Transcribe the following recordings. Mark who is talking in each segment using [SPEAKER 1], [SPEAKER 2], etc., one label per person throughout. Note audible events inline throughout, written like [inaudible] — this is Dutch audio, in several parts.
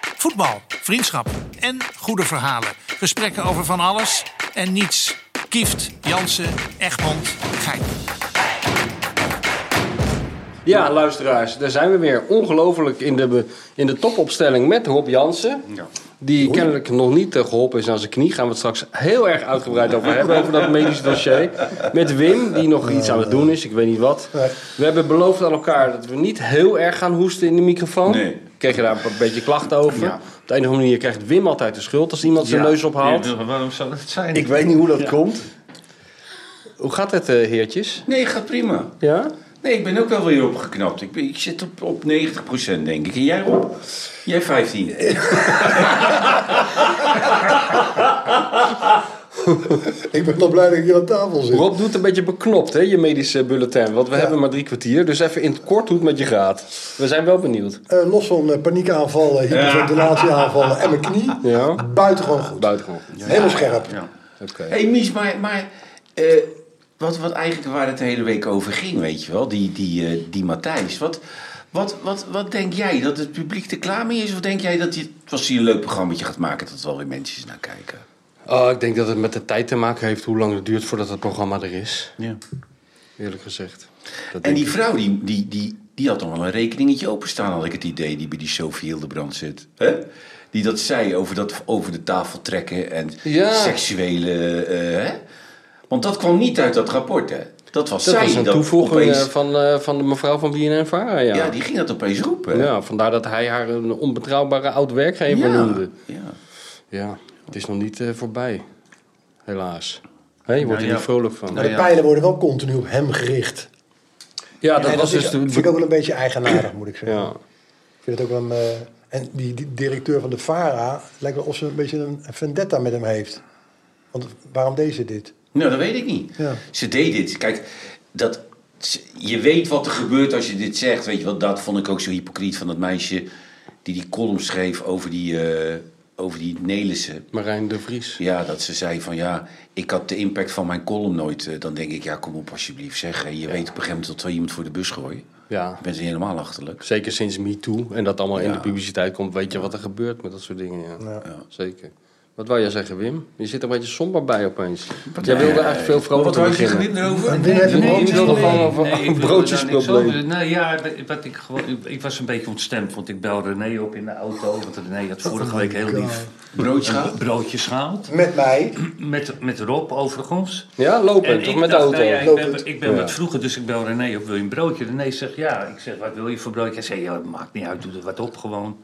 [SPEAKER 1] Voetbal, vriendschap en goede verhalen. Gesprekken over van alles en niets. Kieft, Jansen, Egmond, Gein.
[SPEAKER 2] Ja, luisteraars, daar zijn we weer. Ongelooflijk in de, be- in de topopstelling met Rob Jansen. Die kennelijk nog niet eh, geholpen is aan zijn knie. Gaan we het straks heel erg uitgebreid
[SPEAKER 3] [laughs]
[SPEAKER 2] over hebben, over dat medische dossier. Met Wim, die nog iets aan het doen is, ik weet niet wat. We hebben beloofd aan elkaar dat we niet heel erg gaan hoesten in de microfoon.
[SPEAKER 4] Nee.
[SPEAKER 2] Kreeg je daar een beetje klachten over.
[SPEAKER 4] Ja.
[SPEAKER 2] Op de een of andere manier krijgt Wim altijd de schuld als iemand zijn neus ophaalt.
[SPEAKER 3] Waarom zou dat zijn?
[SPEAKER 4] Ik weet niet hoe dat komt.
[SPEAKER 2] Hoe gaat het, eh, heertjes?
[SPEAKER 4] Nee, gaat prima.
[SPEAKER 2] Ja?
[SPEAKER 4] Nee, ik ben ook wel weer opgeknapt. Ik, ben- ik zit op, op 90% denk ik. En jij op? Jij 15.
[SPEAKER 5] Ik ben wel blij dat ik hier aan tafel zit.
[SPEAKER 2] Rob doet een beetje beknopt, hè, je medische bulletin. Want we hebben maar drie kwartier. Dus even in het kort hoe het met je gaat. We zijn wel benieuwd.
[SPEAKER 5] Eh, los van eh, paniekaanvallen, hyperventilatieaanvallen en mijn knie.
[SPEAKER 2] Ja.
[SPEAKER 5] Buitengewoon goed.
[SPEAKER 2] Buitengewoon.
[SPEAKER 5] Helemaal scherp.
[SPEAKER 2] Oké.
[SPEAKER 4] Hé, hey, Mies, maar, maar eh, wat, wat eigenlijk waar het de hele week over ging, weet je wel, die, die, eh, die Matthijs. Wat, wat, wat, wat denk jij, dat het publiek er klaar mee is? Of denk jij dat hij, als hij een leuk programma gaat maken, dat er wel weer mensen naar kijken?
[SPEAKER 2] Oh, ik denk dat het met de tijd te maken heeft hoe lang het duurt voordat het programma er is.
[SPEAKER 4] Ja.
[SPEAKER 2] Eerlijk gezegd. Dat
[SPEAKER 4] En
[SPEAKER 2] denk
[SPEAKER 4] die
[SPEAKER 2] ik.
[SPEAKER 4] vrouw, die, die, die, die had nog wel een rekeningetje openstaan, had ik het idee, die bij die Sophie Hildebrand zit. hè? Die dat zei over dat over de tafel trekken en
[SPEAKER 2] Ja.
[SPEAKER 4] seksuele... eh, hè? Want dat kwam niet uit dat rapport, hè? Dat was
[SPEAKER 2] Dat
[SPEAKER 4] zij.
[SPEAKER 2] was een
[SPEAKER 4] dat
[SPEAKER 2] toevoeging
[SPEAKER 4] opeens-
[SPEAKER 2] eh, van, eh, van de mevrouw van BNN Vara, ja.
[SPEAKER 4] Ja, die ging dat opeens roepen. hè?
[SPEAKER 2] Ja, vandaar dat hij haar een onbetrouwbare oud-werkgever noemde.
[SPEAKER 4] ja.
[SPEAKER 2] Ja, het is nog niet eh, voorbij. Helaas. Hé, je wordt er
[SPEAKER 3] ja.
[SPEAKER 2] niet vrolijk van.
[SPEAKER 5] Maar de pijlen worden wel continu op hem gericht.
[SPEAKER 2] Ja, dat
[SPEAKER 5] en
[SPEAKER 2] was
[SPEAKER 5] is-
[SPEAKER 2] dus...
[SPEAKER 5] vind ik
[SPEAKER 2] de-
[SPEAKER 5] ook wel een beetje eigenaardig, moet ik zeggen.
[SPEAKER 2] Ja.
[SPEAKER 5] Ik vind het ook wel een, eh, en die, die directeur van de VARA lijkt wel of ze een beetje een vendetta met hem heeft. Want waarom deed ze dit?
[SPEAKER 4] Nou, dat weet ik niet.
[SPEAKER 5] Ja.
[SPEAKER 4] Ze deed dit. Kijk, dat, ze- je weet wat er gebeurt als je dit zegt. Weet je wel, dat vond ik ook zo hypocriet van dat meisje die die column schreef over die, eh, over die Nelissen.
[SPEAKER 2] Marijn de Vries.
[SPEAKER 4] Ja, dat ze zei van ja, ik had de impact van mijn column nooit. eh, Dan denk ik, ja, kom op alsjeblieft zeg. Je weet op een gegeven moment dat wel iemand voor de bus gooien.
[SPEAKER 2] Ja.
[SPEAKER 4] Ik ben ze helemaal achterlijk.
[SPEAKER 2] Zeker sinds MeToo en dat allemaal in
[SPEAKER 4] Ja.
[SPEAKER 2] de publiciteit komt, weet je wat er gebeurt met dat soort dingen. Ja.
[SPEAKER 5] Ja.
[SPEAKER 2] Zeker. Wat wou jij zeggen, Wim? Je zit er een beetje somber bij opeens. Jij wilde eigenlijk veel
[SPEAKER 4] Wat
[SPEAKER 2] vrolijker
[SPEAKER 4] had je
[SPEAKER 2] beginnen.
[SPEAKER 4] gewin erover?
[SPEAKER 5] En Wim heeft een
[SPEAKER 2] Nee,
[SPEAKER 5] broodje.
[SPEAKER 2] ik wilde gewoon over
[SPEAKER 3] Nee, ik
[SPEAKER 2] een
[SPEAKER 3] wilde daar
[SPEAKER 2] broodjesprobleem.
[SPEAKER 3] niks over. Nou ja, wat ik, gewoon, ik, ik was een beetje ontstemd, want ik belde René op in de auto. Want René had vorige week heel lief
[SPEAKER 4] Broodje
[SPEAKER 3] een broodje gehaald.
[SPEAKER 5] Met mij.
[SPEAKER 3] Met, met Rob overigens.
[SPEAKER 2] Ja,
[SPEAKER 3] En
[SPEAKER 2] lopend
[SPEAKER 3] ik
[SPEAKER 2] of met de
[SPEAKER 3] dacht,
[SPEAKER 2] auto?
[SPEAKER 3] nou ja, ik
[SPEAKER 5] Lopend.
[SPEAKER 3] ben, ik ben
[SPEAKER 2] Ja.
[SPEAKER 3] wat vroeger, dus ik bel René op, wil je een broodje? René zegt, ja. Ik zeg, wat wil je voor broodje? Hij zegt, ja, maakt niet uit, doe er wat op gewoon.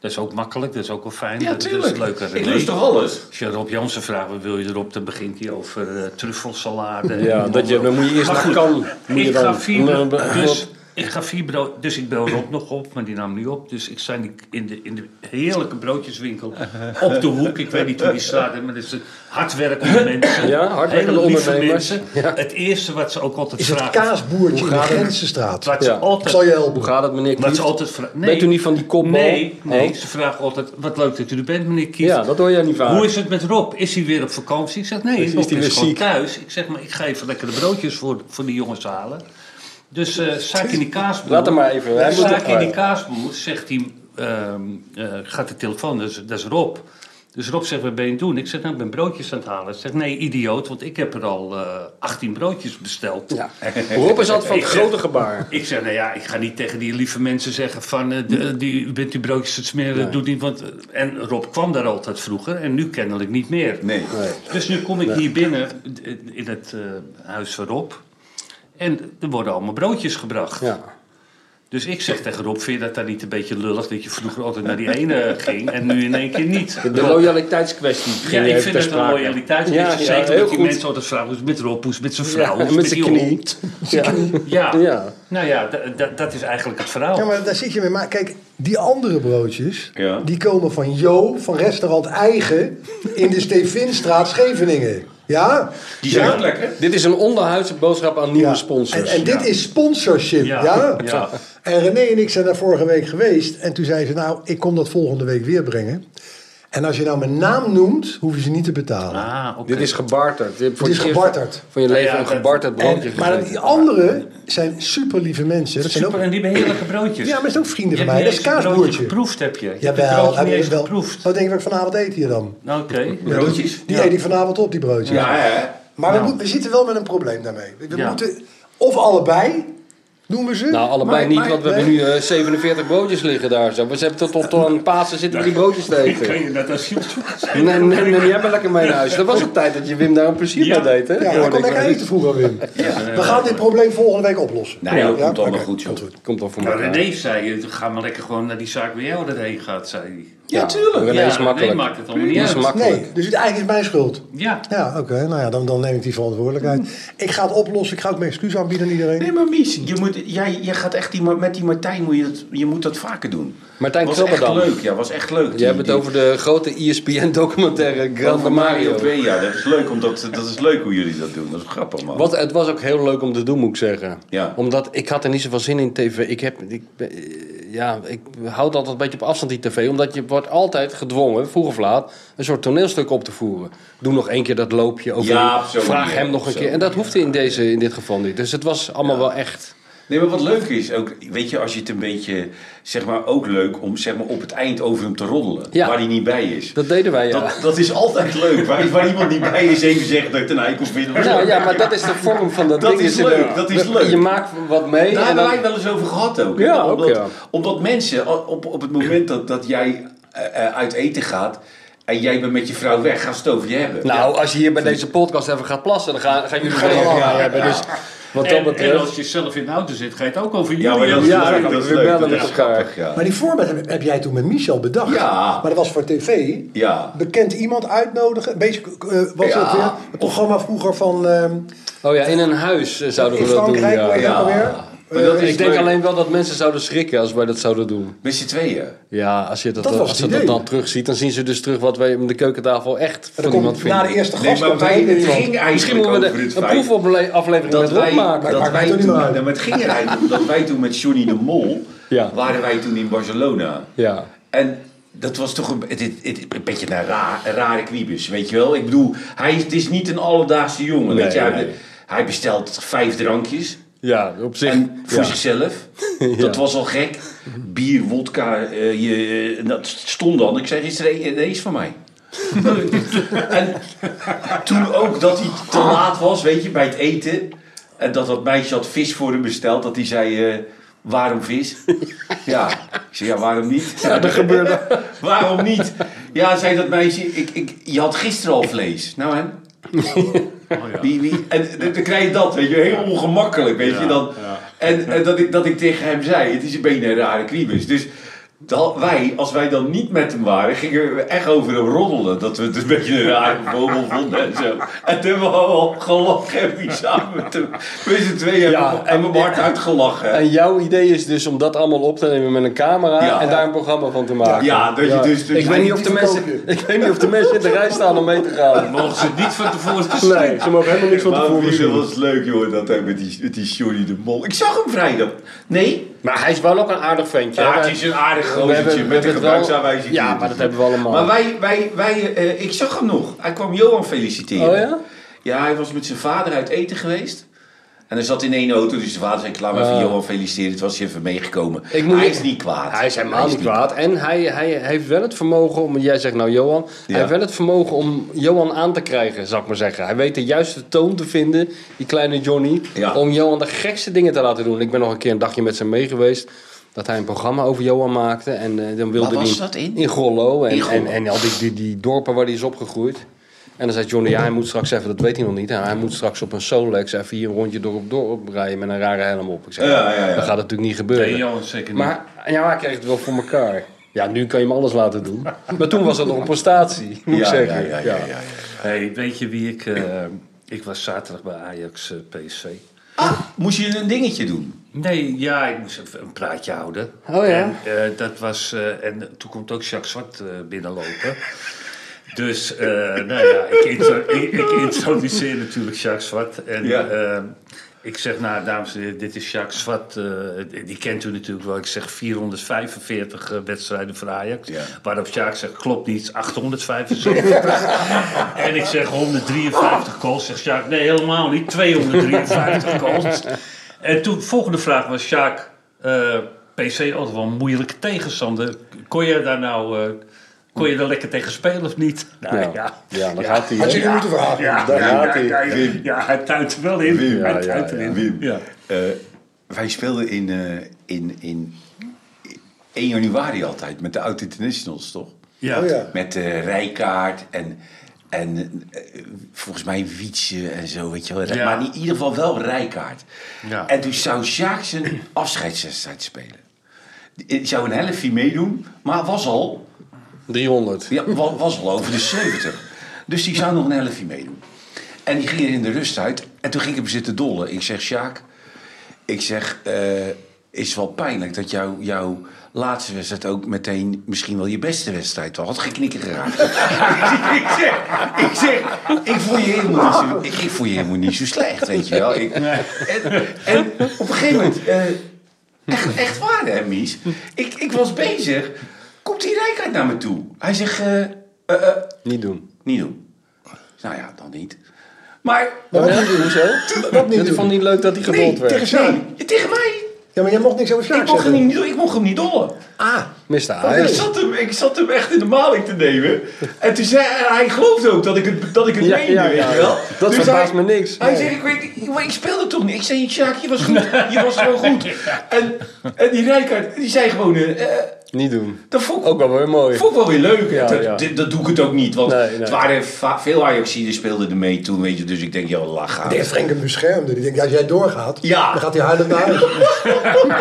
[SPEAKER 3] Dat is ook makkelijk, dat is ook wel fijn.
[SPEAKER 4] Ja,
[SPEAKER 3] dat, dat
[SPEAKER 4] tuurlijk.
[SPEAKER 3] is leuk aan
[SPEAKER 4] Ik
[SPEAKER 3] René.
[SPEAKER 4] lust toch alles?
[SPEAKER 3] Als je Rob Jansen vraagt, wat wil je erop? Dan begint hij over eh, truffelsalade. en
[SPEAKER 2] Ja, dat je, dan moet je eerst
[SPEAKER 3] Maar
[SPEAKER 2] naar
[SPEAKER 3] goed,
[SPEAKER 2] kan. Moet je
[SPEAKER 3] ik ga
[SPEAKER 2] dan, eh,
[SPEAKER 3] vier bro-
[SPEAKER 2] dan-
[SPEAKER 3] dus ik ga vier brood, dus ik bel Rob nog op, maar die nam niet op. Dus ik sta in de, in de, in de heerlijke
[SPEAKER 2] [laughs]
[SPEAKER 3] broodjeswinkel op de hoek. Ik weet niet hoe die staat, hè, maar het is een hardwerkende mensen.
[SPEAKER 2] Ja, hardwerkende
[SPEAKER 3] Hele lieve
[SPEAKER 2] ondernemers.
[SPEAKER 3] mensen. Het eerste wat ze ook altijd
[SPEAKER 5] Is het
[SPEAKER 3] vragen.
[SPEAKER 5] kaasboertje in de Grenzenstraat?
[SPEAKER 3] Wat ze
[SPEAKER 2] Ja.
[SPEAKER 5] Ik zal
[SPEAKER 3] altijd
[SPEAKER 5] je
[SPEAKER 2] Hoe
[SPEAKER 5] helpen.
[SPEAKER 2] gaat het, meneer
[SPEAKER 3] wat ze
[SPEAKER 2] Kieft?
[SPEAKER 3] altijd vragen.
[SPEAKER 2] Bent u niet van die kopbal?
[SPEAKER 3] Nee, nee
[SPEAKER 2] Oh.
[SPEAKER 3] ze vragen altijd: wat leuk dat u er bent, meneer Kieft.
[SPEAKER 2] Ja, dat hoor jij niet vaak.
[SPEAKER 3] Hoe is het met Rob? Is hij weer op vakantie? Ik zeg, nee,
[SPEAKER 2] Is- is
[SPEAKER 3] Rob
[SPEAKER 2] hij
[SPEAKER 3] is,
[SPEAKER 2] weer
[SPEAKER 3] gewoon
[SPEAKER 2] ziek?
[SPEAKER 3] thuis. Ik zeg, maar ik ga even lekker de broodjes voor, voor die jongens halen. Dus eh zaak in die kaasboer.
[SPEAKER 2] Laat hem maar even, hij moet
[SPEAKER 3] Zaak
[SPEAKER 2] het-
[SPEAKER 3] in die kaasboer, zegt hij, ehm, eh, gaat de telefoon, dat is, dat is Rob. Dus Rob zegt, wat ben je aan het doen? Ik zeg, nou, ik ben broodjes aan het halen. Hij zegt, nee, idioot, want ik heb er al eh 18 broodjes besteld. [laughs]
[SPEAKER 2] Ja. Rob is altijd van het
[SPEAKER 3] Ik zeg-
[SPEAKER 2] grote gebaar.
[SPEAKER 3] Ik zeg, nou ja, ik ga niet tegen die lieve mensen zeggen van... eh, de- die, u bent die broodjes te smeren, doet niet, want... eh, En Rob kwam daar altijd vroeger en nu kennelijk niet meer.
[SPEAKER 4] Nee.
[SPEAKER 3] Dus nu kom ik hier binnen eh, in het eh, huis van Rob. En er worden allemaal broodjes gebracht.
[SPEAKER 2] Ja.
[SPEAKER 3] Dus ik zeg tegen Rob, vind je dat daar niet een beetje lullig... dat je vroeger altijd naar die
[SPEAKER 2] [laughs]
[SPEAKER 3] ene ging en nu in één keer niet?
[SPEAKER 2] De loyaliteitskwestie ging
[SPEAKER 3] Ja, ik
[SPEAKER 2] even
[SPEAKER 3] vind
[SPEAKER 2] ter
[SPEAKER 3] het een
[SPEAKER 2] sprake.
[SPEAKER 3] loyaliteitskwestie.
[SPEAKER 2] Ja, ja,
[SPEAKER 3] zeker
[SPEAKER 2] heel
[SPEAKER 3] dat die
[SPEAKER 2] goed.
[SPEAKER 3] mensen altijd vragen... hoe is het met Rob, hoe is het met zijn
[SPEAKER 2] Ja,
[SPEAKER 3] vrouw, hoe is
[SPEAKER 2] en
[SPEAKER 3] het
[SPEAKER 2] met
[SPEAKER 3] met
[SPEAKER 2] zijn
[SPEAKER 3] die
[SPEAKER 2] knie.
[SPEAKER 3] hond?
[SPEAKER 2] Ja.
[SPEAKER 3] Ja.
[SPEAKER 2] Ja.
[SPEAKER 3] nou ja, da- da- dat is eigenlijk het verhaal.
[SPEAKER 5] Ja, maar daar zit je mee. Maar kijk, die andere broodjes,
[SPEAKER 4] Oh. Ja.
[SPEAKER 5] die komen van Jo van restaurant Eigen in de Stevinstraat Scheveningen. Ja?
[SPEAKER 4] Die zijn ook lekker.
[SPEAKER 2] Dit is een onderhuidse boodschap aan nieuwe
[SPEAKER 5] Ja.
[SPEAKER 2] sponsors.
[SPEAKER 5] En, en dit is sponsorship, ja?
[SPEAKER 3] Ja. Ja.
[SPEAKER 5] En René en ik zijn daar vorige week geweest. En toen zei ze, nou, ik kom dat volgende week weer brengen. En als je nou mijn naam noemt, hoef je ze niet te betalen.
[SPEAKER 3] Ah, oké.
[SPEAKER 2] Dit is gebarterd. Dit
[SPEAKER 5] Het is gebarterd.
[SPEAKER 2] Van je
[SPEAKER 3] Nou
[SPEAKER 2] leven
[SPEAKER 3] ja,
[SPEAKER 2] een
[SPEAKER 3] dat-
[SPEAKER 2] gebarterd broodje
[SPEAKER 5] En, maar die
[SPEAKER 2] gegeten.
[SPEAKER 5] anderen zijn super lieve mensen. Dat zijn
[SPEAKER 3] Super,
[SPEAKER 5] ook,
[SPEAKER 3] en die beheerlijke broodjes.
[SPEAKER 5] ja, maar dat zijn ook
[SPEAKER 3] Je
[SPEAKER 5] vrienden van
[SPEAKER 3] hebt
[SPEAKER 5] mij.
[SPEAKER 3] niet
[SPEAKER 5] Dat is
[SPEAKER 3] eens een broodje
[SPEAKER 5] kaasboertje.
[SPEAKER 3] geproefd, heb je. Je hebt het
[SPEAKER 5] Jawel,
[SPEAKER 3] broodje niet
[SPEAKER 5] heb
[SPEAKER 3] eens
[SPEAKER 5] ik wel.
[SPEAKER 3] geproefd.
[SPEAKER 2] Oh.
[SPEAKER 5] Wat denk je wat ik vanavond eet hier dan?
[SPEAKER 3] Nou, Oké.
[SPEAKER 4] Broodjes?
[SPEAKER 5] Die
[SPEAKER 3] Ja.
[SPEAKER 5] eet ik vanavond op, die broodjes.
[SPEAKER 4] Ja, hè?
[SPEAKER 5] Maar
[SPEAKER 3] Ja.
[SPEAKER 5] we, moeten- we zitten wel met een probleem daarmee. We
[SPEAKER 3] Ja.
[SPEAKER 5] moeten, of allebei, doen we ze.
[SPEAKER 2] Nou, allebei
[SPEAKER 5] Maar-
[SPEAKER 2] niet,
[SPEAKER 5] maar-
[SPEAKER 2] want we hebben
[SPEAKER 5] nee.
[SPEAKER 2] nu eh, 47 broodjes liggen daar. Zo. We hebben tot, tot aan Pasen zitten we die broodjes te eten.
[SPEAKER 3] je dat asiel
[SPEAKER 2] [laughs] Nee, nee, nee, jij bent lekker mee naar huis. Dat was een tijd dat je Wim daar een plezier
[SPEAKER 3] Ja.
[SPEAKER 2] mee deed, hè?
[SPEAKER 5] Ja,
[SPEAKER 2] Hoorde
[SPEAKER 5] dat kon
[SPEAKER 2] ik
[SPEAKER 5] lekker
[SPEAKER 2] wel eens.
[SPEAKER 5] eten vroeger, Wim. We gaan dit probleem volgende week oplossen.
[SPEAKER 4] Nee, dat komt allemaal
[SPEAKER 5] Oké,
[SPEAKER 4] goed, joh.
[SPEAKER 5] komt goed.
[SPEAKER 2] Komt al voor
[SPEAKER 3] Nou,
[SPEAKER 2] mij.
[SPEAKER 3] René zei, eh, ga maar lekker gewoon naar die zaak waar jij altijd heen gaat, zei hij.
[SPEAKER 2] Ja, tuurlijk. René
[SPEAKER 3] Ja,
[SPEAKER 2] is makkelijk.
[SPEAKER 3] maakt het allemaal niet
[SPEAKER 2] Die is
[SPEAKER 3] uit.
[SPEAKER 2] makkelijk.
[SPEAKER 5] Nee, dus het eigenlijk is mijn schuld.
[SPEAKER 3] Ja,
[SPEAKER 5] Ja, oké. Nou ja, dan, dan neem ik die verantwoordelijkheid. Ik ga het oplossen. Ik ga ook mijn excuus aanbieden aan iedereen.
[SPEAKER 4] Nee, maar Mies, je moet, jij, jij gaat echt die, Ma- met die Martijn moet je, dat, je moet dat vaker doen.
[SPEAKER 2] Martijn
[SPEAKER 4] was echt
[SPEAKER 2] Krabberdam.
[SPEAKER 4] leuk, ja, was echt leuk.
[SPEAKER 2] Je hebt het over de grote E ESPN-documentaire Grande Mario.
[SPEAKER 4] twee ja, dat is leuk, omdat, dat is leuk hoe jullie dat doen. Dat is grappig, man.
[SPEAKER 2] Wat, het was ook heel leuk om te doen, moet ik zeggen.
[SPEAKER 4] Ja.
[SPEAKER 2] Omdat ik had er niet zoveel zin in tv. Ik, heb, ik, ben- eh, ja, ik houd altijd een beetje op afstand die tv. Omdat je wordt altijd gedwongen, vroeg of laat, een soort toneelstuk op te voeren. Doe nog één keer dat loopje. Over
[SPEAKER 4] Ja, op zo'n
[SPEAKER 2] vraag
[SPEAKER 4] manier.
[SPEAKER 2] hem nog een
[SPEAKER 4] Zo.
[SPEAKER 2] keer. En dat hoefde in, deze, in dit geval niet. Dus het was allemaal wel echt...
[SPEAKER 4] Nee, maar wat leuk is, ook, weet je, als je het een beetje, zeg maar, ook leuk om zeg maar, op het eind over hem te roddelen.
[SPEAKER 2] Ja.
[SPEAKER 4] Waar hij niet bij is.
[SPEAKER 2] Dat deden wij, ja.
[SPEAKER 4] Dat, dat is altijd leuk. Waar, waar iemand niet bij is, even zeggen dat ik een eikel vind. of zo.
[SPEAKER 2] Nou ja, maar dat is de vorm van dat,
[SPEAKER 4] Dat
[SPEAKER 2] ding.
[SPEAKER 4] is
[SPEAKER 2] je-
[SPEAKER 4] leuk, dat is leuk.
[SPEAKER 2] Je maakt wat mee.
[SPEAKER 4] Daar
[SPEAKER 2] en
[SPEAKER 4] hebben
[SPEAKER 2] dan-
[SPEAKER 4] wij wel eens over gehad ook. hè?
[SPEAKER 2] Ja, ook,
[SPEAKER 4] omdat,
[SPEAKER 2] ja.
[SPEAKER 4] omdat mensen, al- op, op het moment dat, dat jij eh, eh, uit eten gaat en jij bent met je vrouw weg, gaan ze het over je hebben.
[SPEAKER 2] Nou, als je hier bij deze podcast even gaat plassen, dan gaan, gaan jullie het
[SPEAKER 5] allemaal
[SPEAKER 2] over jou
[SPEAKER 5] aan,
[SPEAKER 2] hebben. Dus wat dat
[SPEAKER 3] en, en
[SPEAKER 2] betreft...
[SPEAKER 3] als je zelf in de auto zit, ga je het ook over jullie
[SPEAKER 4] ja, maar dat is
[SPEAKER 3] hebben.
[SPEAKER 2] Ja,
[SPEAKER 4] leuk.
[SPEAKER 2] dat
[SPEAKER 4] Dat
[SPEAKER 2] we
[SPEAKER 4] is leuk.
[SPEAKER 2] bellen
[SPEAKER 4] dat
[SPEAKER 2] met
[SPEAKER 4] is
[SPEAKER 2] elkaar.
[SPEAKER 4] grappig, ja.
[SPEAKER 5] Maar die format heb, heb jij toen met Michel bedacht.
[SPEAKER 4] Ja.
[SPEAKER 5] Maar dat was voor tv.
[SPEAKER 4] Ja.
[SPEAKER 5] Bekend iemand uitnodigen. Een beetje, eh, wat is dat
[SPEAKER 4] Ja.
[SPEAKER 5] weer? Het programma vroeger van... ehm,
[SPEAKER 2] Oh ja, in een huis eh, zouden
[SPEAKER 5] in
[SPEAKER 2] we dat doen.
[SPEAKER 5] Frankrijk,
[SPEAKER 2] Ja.
[SPEAKER 5] hoor je
[SPEAKER 4] Ja.
[SPEAKER 5] ook alweer.
[SPEAKER 4] Maar dat
[SPEAKER 5] Eh,
[SPEAKER 4] is
[SPEAKER 2] Ik denk
[SPEAKER 4] leuk.
[SPEAKER 2] alleen wel dat mensen zouden schrikken als wij dat zouden doen.
[SPEAKER 4] Met z'n tweeën.
[SPEAKER 2] Ja, als, je dat, eh,
[SPEAKER 5] Dat was
[SPEAKER 2] als
[SPEAKER 5] het
[SPEAKER 2] ze dat
[SPEAKER 5] idee.
[SPEAKER 2] dan terugziet, dan zien ze dus terug wat wij om de keukentafel echt
[SPEAKER 5] dan
[SPEAKER 2] van iemand
[SPEAKER 5] komt,
[SPEAKER 2] vinden.
[SPEAKER 5] na de eerste
[SPEAKER 4] Nee,
[SPEAKER 5] gast
[SPEAKER 4] maar
[SPEAKER 5] komt er
[SPEAKER 4] wij,
[SPEAKER 5] één
[SPEAKER 4] het
[SPEAKER 5] iemand.
[SPEAKER 4] ging eigenlijk
[SPEAKER 2] Nou, Misschien moeten
[SPEAKER 4] over
[SPEAKER 2] we
[SPEAKER 4] het
[SPEAKER 2] de, een
[SPEAKER 4] feit
[SPEAKER 2] proefaflevering
[SPEAKER 4] dat
[SPEAKER 2] met Rob
[SPEAKER 4] wij,
[SPEAKER 2] maken.
[SPEAKER 4] dat
[SPEAKER 5] maakt
[SPEAKER 4] wij
[SPEAKER 5] het
[SPEAKER 4] toen,
[SPEAKER 5] niet uit.
[SPEAKER 4] nou, maar het ging er eigenlijk om dat wij toen met Johnny de [laughs] Mol
[SPEAKER 2] Ja.
[SPEAKER 4] waren wij toen in Barcelona.
[SPEAKER 2] Ja.
[SPEAKER 4] En dat was toch een, het, het, het- een beetje een, raar, een rare kwiebus, weet je wel? Ik bedoel, hij is, het is niet een alledaagse jongen,
[SPEAKER 2] Nee,
[SPEAKER 4] weet je? Hij,
[SPEAKER 2] nee.
[SPEAKER 4] hij bestelt vijf drankjes
[SPEAKER 2] ja, op zich.
[SPEAKER 4] en voor
[SPEAKER 2] ja.
[SPEAKER 4] zichzelf.
[SPEAKER 2] [laughs]
[SPEAKER 4] Dat was al gek. Bier, wodka, eh, je, eh, dat stond dan. Ik zei gisteren, eh, deze is van mij. [laughs] en toen ook dat hij te laat was, weet je, bij het eten. En dat dat meisje had vis voor hem besteld. Dat hij zei, eh, waarom vis? ja. Ik zei, ja, waarom niet? Ja, dat gebeurde. [laughs] waarom niet? Ja, zei dat meisje, ik, ik, je had gisteren al vlees. Nou en? Wie, wie, en dan- dan krijg je dat, weet je, heel ongemakkelijk, weet je. Dan, En, en dat, ik, dat ik tegen hem zei, het is een beetje een rare kriebus. Dus dan, wij, als wij dan niet met hem waren, gingen we echt over hem roddelen. Dat we het een beetje een rare vogel vonden en zo. En toen hebben we al gelachen, hebben we samen met hem. We z'n tweeën hebben
[SPEAKER 2] Ja,
[SPEAKER 4] hem- hebben hem hard uitgelachen.
[SPEAKER 2] En jouw idee is dus om dat allemaal op te nemen met een camera
[SPEAKER 4] Ja.
[SPEAKER 2] en daar een programma van te maken.
[SPEAKER 4] Ja, dat je dus... dus
[SPEAKER 2] Ik weet, niet of de mensen, ik weet niet of de mensen in de rij staan om mee te gaan.
[SPEAKER 3] [laughs] Mogen ze niet van tevoren te
[SPEAKER 2] Nee, ze mogen helemaal niks van
[SPEAKER 4] Maar
[SPEAKER 2] tevoren
[SPEAKER 4] Wiesel
[SPEAKER 2] zien.
[SPEAKER 4] was leuk, joh, dat hij met die, met die Johnny de Mol... Ik zag hem vrijdag. Nee?
[SPEAKER 2] Maar hij is wel ook een aardig ventje.
[SPEAKER 4] Ja,
[SPEAKER 2] hè?
[SPEAKER 4] het is een aardig
[SPEAKER 2] We hebben-
[SPEAKER 4] gozertje
[SPEAKER 2] we hebben
[SPEAKER 4] met een
[SPEAKER 2] het wel-
[SPEAKER 4] gebruiksaanwijzing.
[SPEAKER 2] Ja, maar dat hebben we allemaal.
[SPEAKER 4] Maar wij, wij, wij eh, ik zag hem nog. Hij kwam Johan feliciteren.
[SPEAKER 2] Oh ja?
[SPEAKER 4] Ja, hij was met zijn vader uit eten geweest. En hij zat in één auto, dus zijn vader zei, ik laat maar even Johan feliciteren. Het was hij even meegekomen.
[SPEAKER 2] Oh. Ik moet-
[SPEAKER 4] hij is niet kwaad.
[SPEAKER 2] Hij is helemaal niet kwaad. En hij, hij heeft wel het vermogen om. Jij zegt nou Johan. Hij
[SPEAKER 4] Ja.
[SPEAKER 2] heeft wel het vermogen om Johan aan te krijgen, zou ik maar zeggen. Hij weet de juiste toon te vinden, die kleine Johnny.
[SPEAKER 4] Ja.
[SPEAKER 2] Om Johan de gekste dingen te laten doen. Ik ben nog een keer een dagje met ze mee geweest. Dat hij een programma over Johan maakte. En eh, dan wilde
[SPEAKER 4] Waar was
[SPEAKER 2] hij-
[SPEAKER 4] dat in?
[SPEAKER 2] In Grollo. En,
[SPEAKER 4] In Grollo.
[SPEAKER 2] En, en al die, die, die dorpen waar hij is opgegroeid. En dan zei Johnny, ja, hij moet straks even, dat weet hij nog niet. Hij moet straks op een Solex even hier een rondje door op dorp rijden met een rare helm op. Ik zei,
[SPEAKER 4] Ja, ja, ja.
[SPEAKER 2] dat gaat natuurlijk niet gebeuren.
[SPEAKER 3] Nee, Johan, zeker niet.
[SPEAKER 2] Maar ja, hij kreeg het wel voor elkaar. Ja, nu kan je hem alles laten doen. [laughs] Maar toen was dat nog een prestatie, moet ik
[SPEAKER 4] Ja, ja,
[SPEAKER 2] zeggen.
[SPEAKER 4] ja, ja, ja, ja.
[SPEAKER 3] Hey, weet je wie ik... eh, ik was zaterdag bij Ajax eh, PSV.
[SPEAKER 4] Ah, moest je een dingetje doen?
[SPEAKER 3] Nee, ja, ik moest even een praatje houden.
[SPEAKER 2] Oh ja.
[SPEAKER 3] En, eh, dat was, eh, en toen komt ook Jacques Zwart eh, binnenlopen. Dus, eh, nou ja, ik, intro, ik, ik introduceer natuurlijk Jacques Zwart. En
[SPEAKER 4] Ja.
[SPEAKER 3] eh, Ik zeg, nou dames en heren, dit is Jacques Swart. eh, die kent u natuurlijk wel. Ik zeg 445 eh, wedstrijden voor Ajax.
[SPEAKER 4] Ja.
[SPEAKER 3] Waarop Jacques zegt, klopt niet, 875. en ik zeg 153 goals. Zegt Jacques, nee helemaal niet, 253 goals. En toen, volgende vraag was Jacques, eh, PC altijd wel een moeilijke tegenstander. Kon je daar nou... eh, kon je daar lekker tegen spelen of niet? Nou,
[SPEAKER 2] Ja. Ja, dan gaat hij.
[SPEAKER 5] Had je
[SPEAKER 2] hè?
[SPEAKER 5] die moeten vragen?
[SPEAKER 3] ja,
[SPEAKER 4] Daar
[SPEAKER 3] ja,
[SPEAKER 4] gaat-ie.
[SPEAKER 3] ja, ja,
[SPEAKER 4] Wim.
[SPEAKER 3] ja, hij tuint er wel in.
[SPEAKER 4] Wim,
[SPEAKER 3] hij
[SPEAKER 2] ja, ja,
[SPEAKER 3] tuint erin.
[SPEAKER 2] ja.
[SPEAKER 4] Wim,
[SPEAKER 3] Ja.
[SPEAKER 4] eh, wij speelden in, eh, in, in 1 januari altijd met de Oud Internationals, toch?
[SPEAKER 3] Ja.
[SPEAKER 5] Oh ja.
[SPEAKER 4] Met eh Rijkaard en, en eh, volgens mij Wietse en zo, weet je wel.
[SPEAKER 3] Ja.
[SPEAKER 4] Maar in ieder geval wel Rijkaard.
[SPEAKER 3] Ja.
[SPEAKER 4] En toen zou Sjaak zijn afscheidswedstrijd spelen. Ik zou een helftje meedoen, maar was al
[SPEAKER 2] 300.
[SPEAKER 4] ja, wa- was al over de 70. Dus die zou nog een helftje meedoen. En die ging er in de rust uit. En toen ging ik hem zitten dollen. Ik zeg, Sjaak, ik zeg, eh, is wel pijnlijk dat jou, jouw laatste wedstrijd ook meteen misschien wel je beste wedstrijd wel had geknikken geraakt. [laughs] ik, zeg, ik zeg, ik vond je helemaal niet zo, ik, ik vond je helemaal niet zo slecht, weet je wel. Ik, en, en op een gegeven moment, eh, echt, echt waar hè, Mies, ik, ik was bezig, komt die rijkheid naar me toe. Hij zegt, eh, eh, eh,
[SPEAKER 2] Niet doen.
[SPEAKER 4] niet doen. Nou ja, dan niet. Maar,
[SPEAKER 5] Maar wat moet je-
[SPEAKER 2] Hoezo?
[SPEAKER 5] Wat niet
[SPEAKER 2] Ik
[SPEAKER 5] doen?
[SPEAKER 2] vond niet leuk dat hij
[SPEAKER 4] nee,
[SPEAKER 2] gedold werd.
[SPEAKER 4] tegen, nee, tegen mij.
[SPEAKER 5] Ja, maar jij mocht niks over
[SPEAKER 4] Ik
[SPEAKER 5] Sjaak
[SPEAKER 4] mocht, hem
[SPEAKER 5] zeggen.
[SPEAKER 4] niet, ik mocht hem niet dollen.
[SPEAKER 5] Ah,
[SPEAKER 2] Mr.
[SPEAKER 4] Ik
[SPEAKER 2] Ajax.
[SPEAKER 4] zat, hem, ik zat hem echt in de maling te nemen. En toen zei en hij geloofde ook dat ik het, dat ik het
[SPEAKER 2] Ja,
[SPEAKER 4] meende,
[SPEAKER 2] ja,
[SPEAKER 4] weet
[SPEAKER 2] ja.
[SPEAKER 4] je wel. Dus
[SPEAKER 2] Dat verbaast
[SPEAKER 4] hij-
[SPEAKER 2] me niks.
[SPEAKER 4] Hij
[SPEAKER 2] Nee.
[SPEAKER 4] zei, ik, weet, ik, maar ik speelde toch niet. Ik zei, Sjaak, je was
[SPEAKER 2] [laughs]
[SPEAKER 4] goed. Je was gewoon goed. En, en die Rijkaard, die zei gewoon... eh, eh,
[SPEAKER 2] Niet doen.
[SPEAKER 4] dat vond ik,
[SPEAKER 2] Ook wel weer mooi.
[SPEAKER 4] vond ik wel weer leuk. dat,
[SPEAKER 2] ja.
[SPEAKER 4] dit- dat doe ik het ook niet. Want
[SPEAKER 2] Nee, nee.
[SPEAKER 4] het waren va- veel Ajaxiden speelden er mee toen, weet je. Dus ik denk, joh, lach aan.
[SPEAKER 5] ik denk dat Frenk hem beschermde. Die denkt, als jij doorgaat,
[SPEAKER 4] Ja.
[SPEAKER 5] dan gaat hij huilend naar huis.
[SPEAKER 4] [laughs] Maar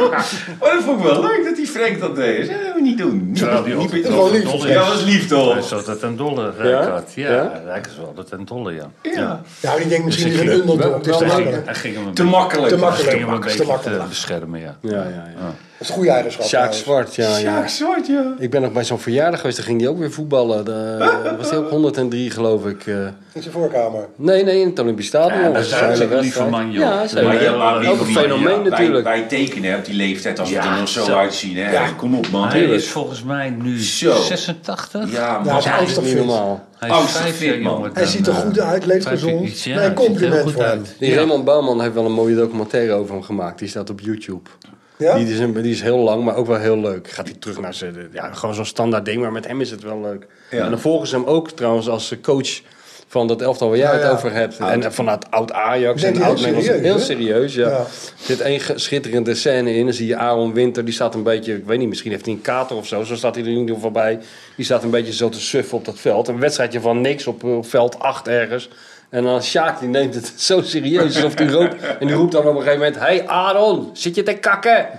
[SPEAKER 4] dat vond ik wel leuk dat die Frank dat deed. Dat hebben we niet doen. Niet,
[SPEAKER 3] Terwijl die
[SPEAKER 4] niet- oh,
[SPEAKER 3] altijd
[SPEAKER 5] is wel lief.
[SPEAKER 3] een dolle
[SPEAKER 4] dat was lief, toch?
[SPEAKER 3] Hij is altijd een dolle, Rijkaard. Ja, Rijkaard is wel altijd een dolle, ja.
[SPEAKER 4] Ja.
[SPEAKER 5] Ja, die denkt misschien
[SPEAKER 3] Dus
[SPEAKER 5] is
[SPEAKER 3] ik
[SPEAKER 5] een
[SPEAKER 3] ging-
[SPEAKER 5] underdog. Het is
[SPEAKER 3] Hij
[SPEAKER 5] wel
[SPEAKER 3] ging,
[SPEAKER 5] makkelijk.
[SPEAKER 3] hij ging hem een
[SPEAKER 4] Te
[SPEAKER 3] beetje-
[SPEAKER 4] makkelijk.
[SPEAKER 5] Te makkelijk.
[SPEAKER 3] hij ging hem een
[SPEAKER 5] Dat is te
[SPEAKER 3] beetje te
[SPEAKER 5] makkelijk.
[SPEAKER 3] beschermen, ja.
[SPEAKER 2] Ja, ja, ja.
[SPEAKER 5] Dat is een goede eigenschap.
[SPEAKER 2] Sjaak
[SPEAKER 5] trouwens.
[SPEAKER 2] Zwart, ja, ja.
[SPEAKER 4] Ja, soort, ja.
[SPEAKER 2] Ik ben nog bij zo'n verjaardag geweest, daar ging hij ook weer voetballen. Daar was hij ook 103, geloof ik. eh.
[SPEAKER 5] In zijn voorkamer.
[SPEAKER 2] Nee, nee, in het Olympisch Stadion. was
[SPEAKER 3] Ja, maar
[SPEAKER 2] het
[SPEAKER 3] zij
[SPEAKER 2] een
[SPEAKER 3] is
[SPEAKER 2] hele
[SPEAKER 3] een lieve
[SPEAKER 2] wedstrijd.
[SPEAKER 3] man, joh.
[SPEAKER 2] Ja,
[SPEAKER 3] Maar
[SPEAKER 2] zeker.
[SPEAKER 3] ja,
[SPEAKER 2] Ja,
[SPEAKER 3] maar
[SPEAKER 2] ook een
[SPEAKER 3] lieve man,
[SPEAKER 2] fenomeen
[SPEAKER 3] ja.
[SPEAKER 2] natuurlijk.
[SPEAKER 4] Wij, wij tekenen hè, op die leeftijd als we
[SPEAKER 3] Ja,
[SPEAKER 4] er nog zo,
[SPEAKER 3] zo.
[SPEAKER 4] uitzien. Hè. Kom op, man.
[SPEAKER 3] Hij is volgens mij nu
[SPEAKER 4] Zo.
[SPEAKER 3] 86.
[SPEAKER 4] Ja,
[SPEAKER 5] Ja,
[SPEAKER 4] man.
[SPEAKER 5] als
[SPEAKER 4] Ja,
[SPEAKER 5] angst
[SPEAKER 2] dat is niet normaal.
[SPEAKER 3] Hij is
[SPEAKER 4] Oh, shit,
[SPEAKER 3] vijf jaar
[SPEAKER 4] man.
[SPEAKER 3] jonger
[SPEAKER 5] Hij
[SPEAKER 3] dan,
[SPEAKER 5] ziet er
[SPEAKER 3] eh,
[SPEAKER 5] goed uit, leeft
[SPEAKER 3] vijf jaar
[SPEAKER 5] gezond.
[SPEAKER 3] iets, ja,
[SPEAKER 5] Nee,
[SPEAKER 3] hij ziet er
[SPEAKER 5] compliment
[SPEAKER 3] goed
[SPEAKER 5] voor hem.
[SPEAKER 3] uit.
[SPEAKER 2] Die Raymond Bouwman heeft wel een mooie documentaire over hem gemaakt. Die staat op YouTube.
[SPEAKER 5] Ja?
[SPEAKER 2] Die, is een- die is heel lang, maar ook wel heel leuk. Gaat hij terug naar zijn... Ja, gewoon zo'n standaard ding, maar met hem is het wel leuk.
[SPEAKER 4] Ja.
[SPEAKER 2] En dan volgen ze hem ook trouwens als coach van dat elftal waar jij
[SPEAKER 5] Ja,
[SPEAKER 2] het
[SPEAKER 5] ja.
[SPEAKER 2] over hebt. En vanuit oud Ajax
[SPEAKER 5] Ik denk
[SPEAKER 2] en
[SPEAKER 5] heel
[SPEAKER 2] oud Nederlands.
[SPEAKER 5] serieus,
[SPEAKER 2] Heel
[SPEAKER 5] hè?
[SPEAKER 2] serieus, ja.
[SPEAKER 5] Ja.
[SPEAKER 2] Er zit één ge- schitterende scène in. Dan zie je Aaron Winter, die staat een beetje... Ik weet niet, misschien heeft hij een kater of zo. Zo staat hij er in ieder geval bij. Die staat een beetje zo te suffen op dat veld. Een wedstrijdje van niks op, eh, op veld 8 ergens. En dan Sjaak, die neemt het zo serieus alsof die roept. En die roept dan op een gegeven moment... Hey Aaron, zit je te kakken? [laughs]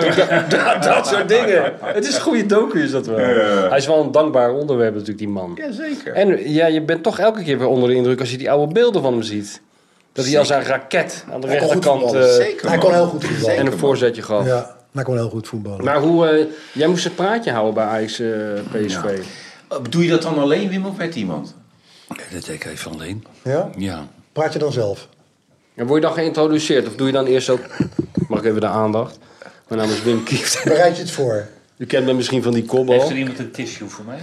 [SPEAKER 2] dat, dat- dat soort dingen. Het is een goede docu, is dat wel. Hij is wel een dankbaar onderwerp natuurlijk, die man.
[SPEAKER 4] zeker.
[SPEAKER 2] En ja, je bent toch elke keer weer onder de indruk als je die oude beelden van hem ziet. Dat hij als een raket aan de
[SPEAKER 5] Hij kon goed
[SPEAKER 2] rechterkant
[SPEAKER 5] voetballen.
[SPEAKER 2] eh,
[SPEAKER 4] Zeker,
[SPEAKER 5] Hij
[SPEAKER 4] man.
[SPEAKER 5] kon heel goed voetballen.
[SPEAKER 2] en een voorzetje gaf.
[SPEAKER 5] Ja, maar hij kon heel goed voetballen.
[SPEAKER 2] Maar hoe, eh, jij moest het praatje houden bij Ajax eh, PSV.
[SPEAKER 4] Eh, Doe je dat dan alleen, Wim, of met iemand?
[SPEAKER 3] Nee, Dat deed ik even alleen.
[SPEAKER 5] Ja?
[SPEAKER 3] Ja.
[SPEAKER 5] Praat je dan zelf?
[SPEAKER 2] En word je dan geïntroduceerd? Of doe je dan eerst ook... Mag ik even de aandacht? Mijn naam is Wim Kieft.
[SPEAKER 5] Bereid je het voor?
[SPEAKER 2] U kent me misschien van die
[SPEAKER 3] Heeft
[SPEAKER 2] kopbal.
[SPEAKER 3] er iemand een tissue voor mij?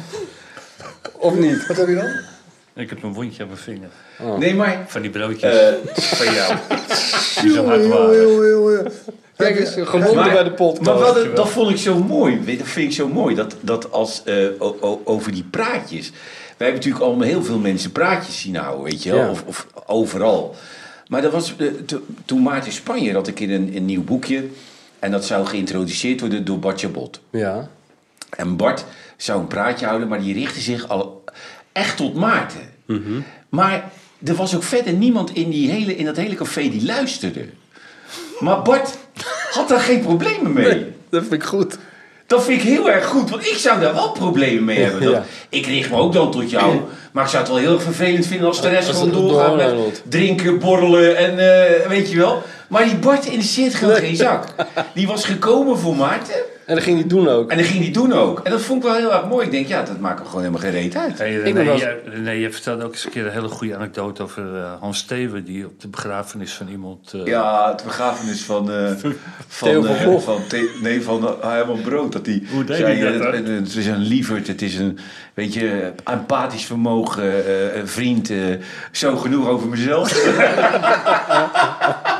[SPEAKER 2] Of niet?
[SPEAKER 5] Wat heb je dan?
[SPEAKER 3] Ik heb een wondje aan mijn vinger.
[SPEAKER 4] Nee,
[SPEAKER 3] [laughs]
[SPEAKER 4] maar...
[SPEAKER 3] Van die broodjes
[SPEAKER 4] eh,
[SPEAKER 3] van jou. Die zo hard waren.
[SPEAKER 5] Oei, oei, oei.
[SPEAKER 2] Kijk eens, gewonden
[SPEAKER 4] maar-
[SPEAKER 2] bij de podcast.
[SPEAKER 4] Maar wat, dat vond ik zo mooi. Weet- Dat vind ik zo mooi. Dat, dat als, eh, o- o- over die praatjes. Wij hebben natuurlijk allemaal heel veel mensen praatjes zien houden, weet je wel.
[SPEAKER 2] Ja.
[SPEAKER 4] Of, of overal. Maar dat was, eh, to- toen Maarten Spanje had ik in een, een nieuw boekje. En dat zou geïntroduceerd worden door Bartje Bot.
[SPEAKER 2] Ja.
[SPEAKER 4] En Bart zou een praatje houden, maar die richtte zich al echt tot Maarten. Maar er was ook verder niemand in, die hele, in dat hele café die luisterde. Maar Bart had daar geen problemen mee.
[SPEAKER 2] Dat vind ik goed.
[SPEAKER 4] Dat vind ik heel erg goed, want ik zou daar wel problemen mee
[SPEAKER 2] [laughs]
[SPEAKER 4] hebben. Dat,
[SPEAKER 2] Ja.
[SPEAKER 4] Ik richt me ook dan tot jou, maar ik zou het wel heel erg vervelend vinden als de rest
[SPEAKER 2] Als
[SPEAKER 4] gewoon
[SPEAKER 2] het
[SPEAKER 4] doorgaat
[SPEAKER 2] doorrolt.
[SPEAKER 4] met drinken, borrelen en
[SPEAKER 2] [laughs]
[SPEAKER 4] eh, weet je wel. Maar die Bart interesseert gewoon geen zak. Die was gekomen voor Maarten
[SPEAKER 2] En dat ging hij doen ook.
[SPEAKER 4] En dat ging hij doen ook. En dat vond ik wel heel erg mooi. Ik denk, ja, dat maakt hem gewoon helemaal geen reet uit.
[SPEAKER 3] Hey,
[SPEAKER 2] Ik
[SPEAKER 3] René,
[SPEAKER 2] ben wel-
[SPEAKER 3] jij- René, je vertelde ook eens een keer een hele goede anekdote over eh, Hans Steven... die op de begrafenis van iemand... eh,
[SPEAKER 4] Ja, het begrafenis van...
[SPEAKER 3] [laughs]
[SPEAKER 4] eh, van,
[SPEAKER 2] Theo van
[SPEAKER 4] eh,
[SPEAKER 2] Gogh.
[SPEAKER 4] van The- nee, van eh, Herman Brood. Dat die
[SPEAKER 3] Hoe deed
[SPEAKER 4] zei,
[SPEAKER 3] hij dat,
[SPEAKER 4] eh,
[SPEAKER 3] hè?
[SPEAKER 4] het, het- het is een lieverd, het is een, weet je, empathisch vermogen, eh, een vriend. eh, zo genoeg over mezelf. [laughs]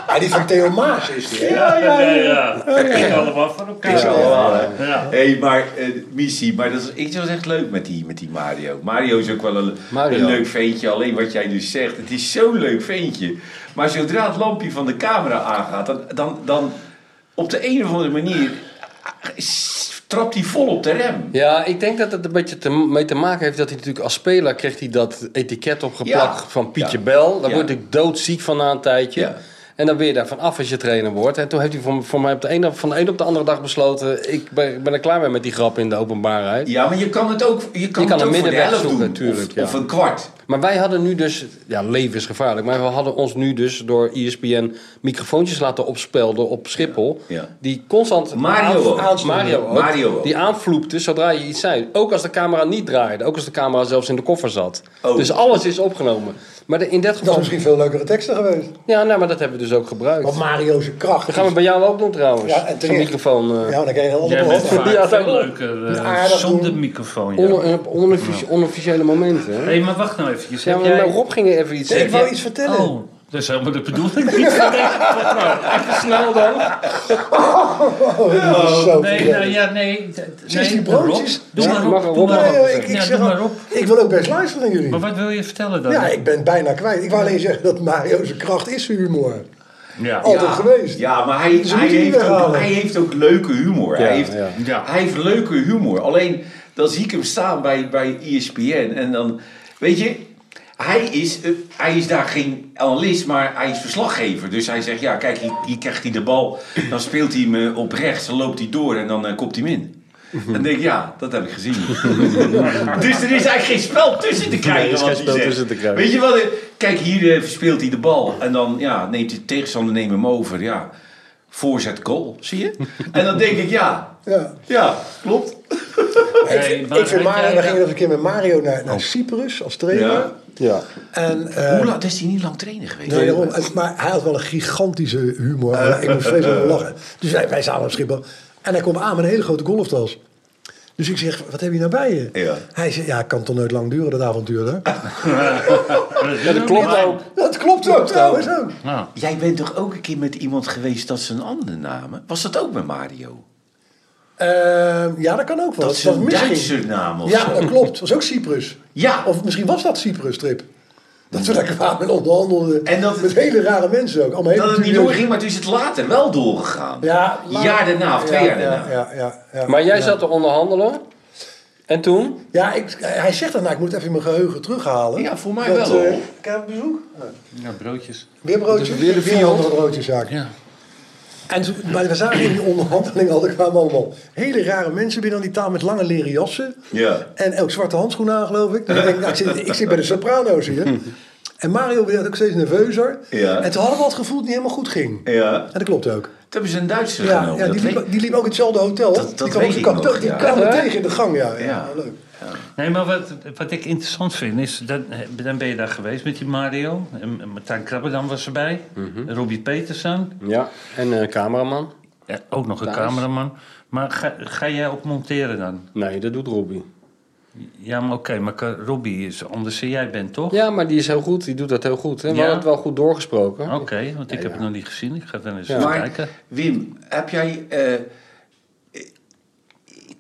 [SPEAKER 5] Ah, die van Theo Maas is die. hè?
[SPEAKER 4] ja, ja,
[SPEAKER 3] ja, ja. Dat ging allemaal van elkaar.
[SPEAKER 4] Is allemaal, hè?
[SPEAKER 3] Ja.
[SPEAKER 4] Hé, maar eh, missie, maar dat is, ik was echt leuk met die, met die Mario. Mario is ook wel een,
[SPEAKER 2] Mario.
[SPEAKER 4] een leuk ventje, alleen wat jij nu zegt. Het is zo'n leuk ventje. Maar zodra het lampje van de camera aangaat, dan, dan, dan op de een of andere manier eh, s- trapt hij vol op de rem.
[SPEAKER 2] Ja, ik denk dat het een beetje te, mee te maken heeft dat hij natuurlijk als speler kreeg hij dat etiket opgeplakt
[SPEAKER 4] Ja.
[SPEAKER 2] van Pietje
[SPEAKER 4] Ja.
[SPEAKER 2] Bel. Daar
[SPEAKER 4] Ja.
[SPEAKER 2] word ik doodziek van na een tijdje.
[SPEAKER 4] Ja.
[SPEAKER 2] En dan ben je daar van af als je trainer wordt. En toen heeft hij voor, voor mij op de ene, van de ene op de andere dag besloten... ik ben, ik ben er klaar mee met die grap in de openbaarheid.
[SPEAKER 4] Ja, maar je kan het ook, je kan
[SPEAKER 2] kan een
[SPEAKER 4] het ook voor de
[SPEAKER 2] middenweg
[SPEAKER 4] helft doen.
[SPEAKER 2] zoeken, natuurlijk,
[SPEAKER 4] of,
[SPEAKER 2] ja.
[SPEAKER 4] of een kwart.
[SPEAKER 2] Maar wij hadden nu dus... Ja, leven is gevaarlijk. Maar we hadden ons nu dus door ESPN microfoontjes laten opspelden op Schiphol.
[SPEAKER 4] Ja.
[SPEAKER 2] Die constant...
[SPEAKER 4] Mario
[SPEAKER 2] aanv-
[SPEAKER 4] ook.
[SPEAKER 2] aanstonden. Mario ook.
[SPEAKER 4] Mario ook.
[SPEAKER 2] Die aanvloepte zodra je iets zei. Ook als de camera niet draaide. Ook als de camera zelfs in de koffer zat.
[SPEAKER 4] Oh.
[SPEAKER 2] Dus alles is opgenomen. Maar de- in dit
[SPEAKER 5] Dat is
[SPEAKER 2] geval...
[SPEAKER 5] misschien veel leukere teksten geweest.
[SPEAKER 2] Ja, nou, maar dat hebben we dus ook gebruikt.
[SPEAKER 5] Want Mario's kracht.
[SPEAKER 2] Dat gaan we bij jou ook doen trouwens.
[SPEAKER 5] Ja, en
[SPEAKER 2] Zo'n
[SPEAKER 5] terecht.
[SPEAKER 2] microfoon... eh,
[SPEAKER 5] Ja, dan krijg je een
[SPEAKER 3] Jij
[SPEAKER 5] andere
[SPEAKER 3] bent
[SPEAKER 5] hoofd.
[SPEAKER 3] vaak
[SPEAKER 2] Ja, dat-
[SPEAKER 3] veel leuker eh,
[SPEAKER 5] aardig
[SPEAKER 3] zonder
[SPEAKER 5] doen.
[SPEAKER 3] microfoon. ja.
[SPEAKER 2] Onder, eh, op onoffici- onofficiële momenten. hè?
[SPEAKER 3] Hé, maar wacht nou eventjes.
[SPEAKER 2] Ja,
[SPEAKER 3] Heb
[SPEAKER 2] maar
[SPEAKER 3] jij...
[SPEAKER 2] Rob ging er even iets
[SPEAKER 5] Ik
[SPEAKER 2] zeggen.
[SPEAKER 5] wou iets vertellen.
[SPEAKER 3] Oh, dat is helemaal de bedoeling [laughs] niet van deze podcast. Even snel dan.
[SPEAKER 5] Oh, dat is zo
[SPEAKER 3] Nee,
[SPEAKER 5] verkeerd.
[SPEAKER 3] nou, ja, nee. d-
[SPEAKER 5] Zeg
[SPEAKER 3] nee,
[SPEAKER 5] die broodjes?
[SPEAKER 3] Rob, Doe
[SPEAKER 5] Ja,
[SPEAKER 3] maar
[SPEAKER 2] mag
[SPEAKER 3] op,
[SPEAKER 2] Rob
[SPEAKER 3] doe maar
[SPEAKER 5] Nee,
[SPEAKER 2] ook.
[SPEAKER 3] op.
[SPEAKER 5] joh, ik, ik,
[SPEAKER 3] Ja,
[SPEAKER 5] zeg
[SPEAKER 3] doe
[SPEAKER 5] al,
[SPEAKER 3] maar op.
[SPEAKER 5] ik wil ook best luisteren naar jullie.
[SPEAKER 3] Maar wat wil je vertellen dan?
[SPEAKER 5] Ja, ik ben bijna kwijt. Ik wou alleen zeggen dat Mario's kracht is humor.
[SPEAKER 3] Ja.
[SPEAKER 5] Altijd geweest.
[SPEAKER 4] Ja, maar hij,
[SPEAKER 5] Dus we
[SPEAKER 4] hij,
[SPEAKER 5] moeten die
[SPEAKER 4] heeft, ook,
[SPEAKER 5] weghalen.
[SPEAKER 4] hij heeft ook leuke humor.
[SPEAKER 2] Ja,
[SPEAKER 4] hij, heeft,
[SPEAKER 2] ja.
[SPEAKER 3] Ja.
[SPEAKER 4] hij heeft leuke humor. Alleen dan zie ik hem staan bij, bij E ESPN en dan, weet je, hij is, eh, hij is daar geen analist, maar hij is verslaggever. Dus hij zegt, ja, kijk, hier, hier krijgt hij de bal, dan speelt hij hem eh, op rechts, dan loopt hij door en dan eh, kopt hij hem in.
[SPEAKER 5] [laughs]
[SPEAKER 4] Dan denk ik, ja, dat heb ik gezien. [laughs] dus er is eigenlijk geen spel tussen te krijgen.
[SPEAKER 2] Nee, er is
[SPEAKER 4] wat
[SPEAKER 2] geen
[SPEAKER 4] hij
[SPEAKER 2] spel
[SPEAKER 4] zegt.
[SPEAKER 2] tussen te krijgen.
[SPEAKER 4] Weet je wat? eh, Kijk, hier eh, verspeelt hij de bal. En dan ja, neemt hij de tegenstander neemt hem over. Ja, voorzet goal, zie je? en dan denk ik, ja,
[SPEAKER 5] Ja.
[SPEAKER 4] ja, klopt.
[SPEAKER 3] Hey,
[SPEAKER 5] ik,
[SPEAKER 3] maar
[SPEAKER 5] ik vind
[SPEAKER 3] had jij Oh.
[SPEAKER 5] Mario, we
[SPEAKER 3] dat-
[SPEAKER 5] gingen dat een keer met Mario naar, naar Cyprus als trainer.
[SPEAKER 4] Ja.
[SPEAKER 2] Ja.
[SPEAKER 5] En, eh,
[SPEAKER 4] Hoe lang is hij niet lang trainen geweest?
[SPEAKER 5] Nee, daarom. En- maar hij had wel een gigantische humor. ik moest vreselijk om lachen. Dus wij, wij zaten op Schiphol. En hij kwam aan met een hele grote golftas. Dus ik zeg, wat heb je nou bij je?
[SPEAKER 4] Ja.
[SPEAKER 5] Hij zei, ja, het kan toch nooit lang duren, dat avontuur, hè?
[SPEAKER 2] Ja, dat klopt ook.
[SPEAKER 5] Dat klopt ook, trouwens ook.
[SPEAKER 3] Nou,
[SPEAKER 4] Ah, Jij bent toch ook een keer met iemand geweest dat ze een andere namen? Was dat ook met Mario?
[SPEAKER 5] Ehm, ja, dat kan ook wel.
[SPEAKER 4] Dat is een
[SPEAKER 5] misging.
[SPEAKER 4] Duitse naam of
[SPEAKER 5] Ja,
[SPEAKER 4] zo.
[SPEAKER 5] dat klopt. Dat was ook Cyprus.
[SPEAKER 4] Ja.
[SPEAKER 5] Of misschien was dat Cyprus-trip. Dat we daar kwamen en onderhandelden.
[SPEAKER 4] En dat het-
[SPEAKER 5] met hele rare mensen ook. Allemaal hele
[SPEAKER 4] Dat het niet
[SPEAKER 5] dubieuze-
[SPEAKER 4] doorging, maar toen is het later wel doorgegaan.
[SPEAKER 5] Ja,
[SPEAKER 4] Een jaar daarna of twee
[SPEAKER 5] ja,
[SPEAKER 4] jaar
[SPEAKER 5] ja,
[SPEAKER 4] daarna.
[SPEAKER 5] Ja, ja, ja,
[SPEAKER 2] Maar jij
[SPEAKER 5] Ja.
[SPEAKER 2] zat te onderhandelen. En toen?
[SPEAKER 5] Ja, ik, hij zegt daarna, ik moet even mijn geheugen terughalen.
[SPEAKER 4] Ja, voor mij
[SPEAKER 5] Dat,
[SPEAKER 4] wel,
[SPEAKER 5] eh,
[SPEAKER 4] hoor.
[SPEAKER 5] Krijg ik bezoek? Nee.
[SPEAKER 3] ja, broodjes.
[SPEAKER 5] Weer broodjes?
[SPEAKER 2] Dus weer de
[SPEAKER 5] een
[SPEAKER 2] vier.
[SPEAKER 5] andere broodjeszaak.
[SPEAKER 3] Ja.
[SPEAKER 5] En toen, maar we zagen in die onderhandeling al, er kwamen allemaal hele rare mensen binnen aan die taal met lange leren jassen.
[SPEAKER 4] Ja.
[SPEAKER 5] En ook zwarte handschoenen aan, geloof ik. Dus ik, denk, nou, ik, zit, ik zit bij de soprano's hier. En Mario werd ook steeds nerveuzer.
[SPEAKER 4] Ja.
[SPEAKER 5] En toen hadden we al het gevoel dat het niet helemaal goed ging.
[SPEAKER 4] Ja.
[SPEAKER 5] En dat klopt ook.
[SPEAKER 4] Dat hebben ze een Duitser
[SPEAKER 5] Ja,
[SPEAKER 4] genomen.
[SPEAKER 5] ja, die,
[SPEAKER 4] dat
[SPEAKER 5] liep,
[SPEAKER 4] weet-
[SPEAKER 5] die liep ook in hetzelfde hotel.
[SPEAKER 4] Dat- dat
[SPEAKER 5] die kwam,
[SPEAKER 4] weet
[SPEAKER 5] die
[SPEAKER 4] ik
[SPEAKER 5] kwam,
[SPEAKER 4] nog,
[SPEAKER 5] die
[SPEAKER 4] ja.
[SPEAKER 5] kwamen
[SPEAKER 2] Ja.
[SPEAKER 5] tegen in de gang, ja. ja.
[SPEAKER 4] Ja.
[SPEAKER 5] leuk.
[SPEAKER 3] Nee, maar wat, wat ik interessant vind is, dat, dan ben je daar geweest met die Mario. En en Martijn Krabbedam was erbij.
[SPEAKER 5] Mhm.
[SPEAKER 3] Robbie Petersen.
[SPEAKER 2] Ja. En eh, cameraman?
[SPEAKER 3] Ja, ook nog een
[SPEAKER 2] Thijs.
[SPEAKER 3] cameraman. Maar ga, ga jij ook monteren dan?
[SPEAKER 2] Nee, dat doet Robby.
[SPEAKER 3] Ja, maar oké, maar kan- Robbie is anders dan jij bent, toch?
[SPEAKER 2] Ja, maar die is heel goed. Die doet dat heel goed. Hè? We
[SPEAKER 3] Ja?
[SPEAKER 2] hadden het wel goed doorgesproken.
[SPEAKER 3] Oké, want ik heb het nog niet gezien. Ik ga dan eens
[SPEAKER 2] Ja.
[SPEAKER 3] even
[SPEAKER 4] Maar
[SPEAKER 3] kijken.
[SPEAKER 4] Wim, heb jij... eh, eh,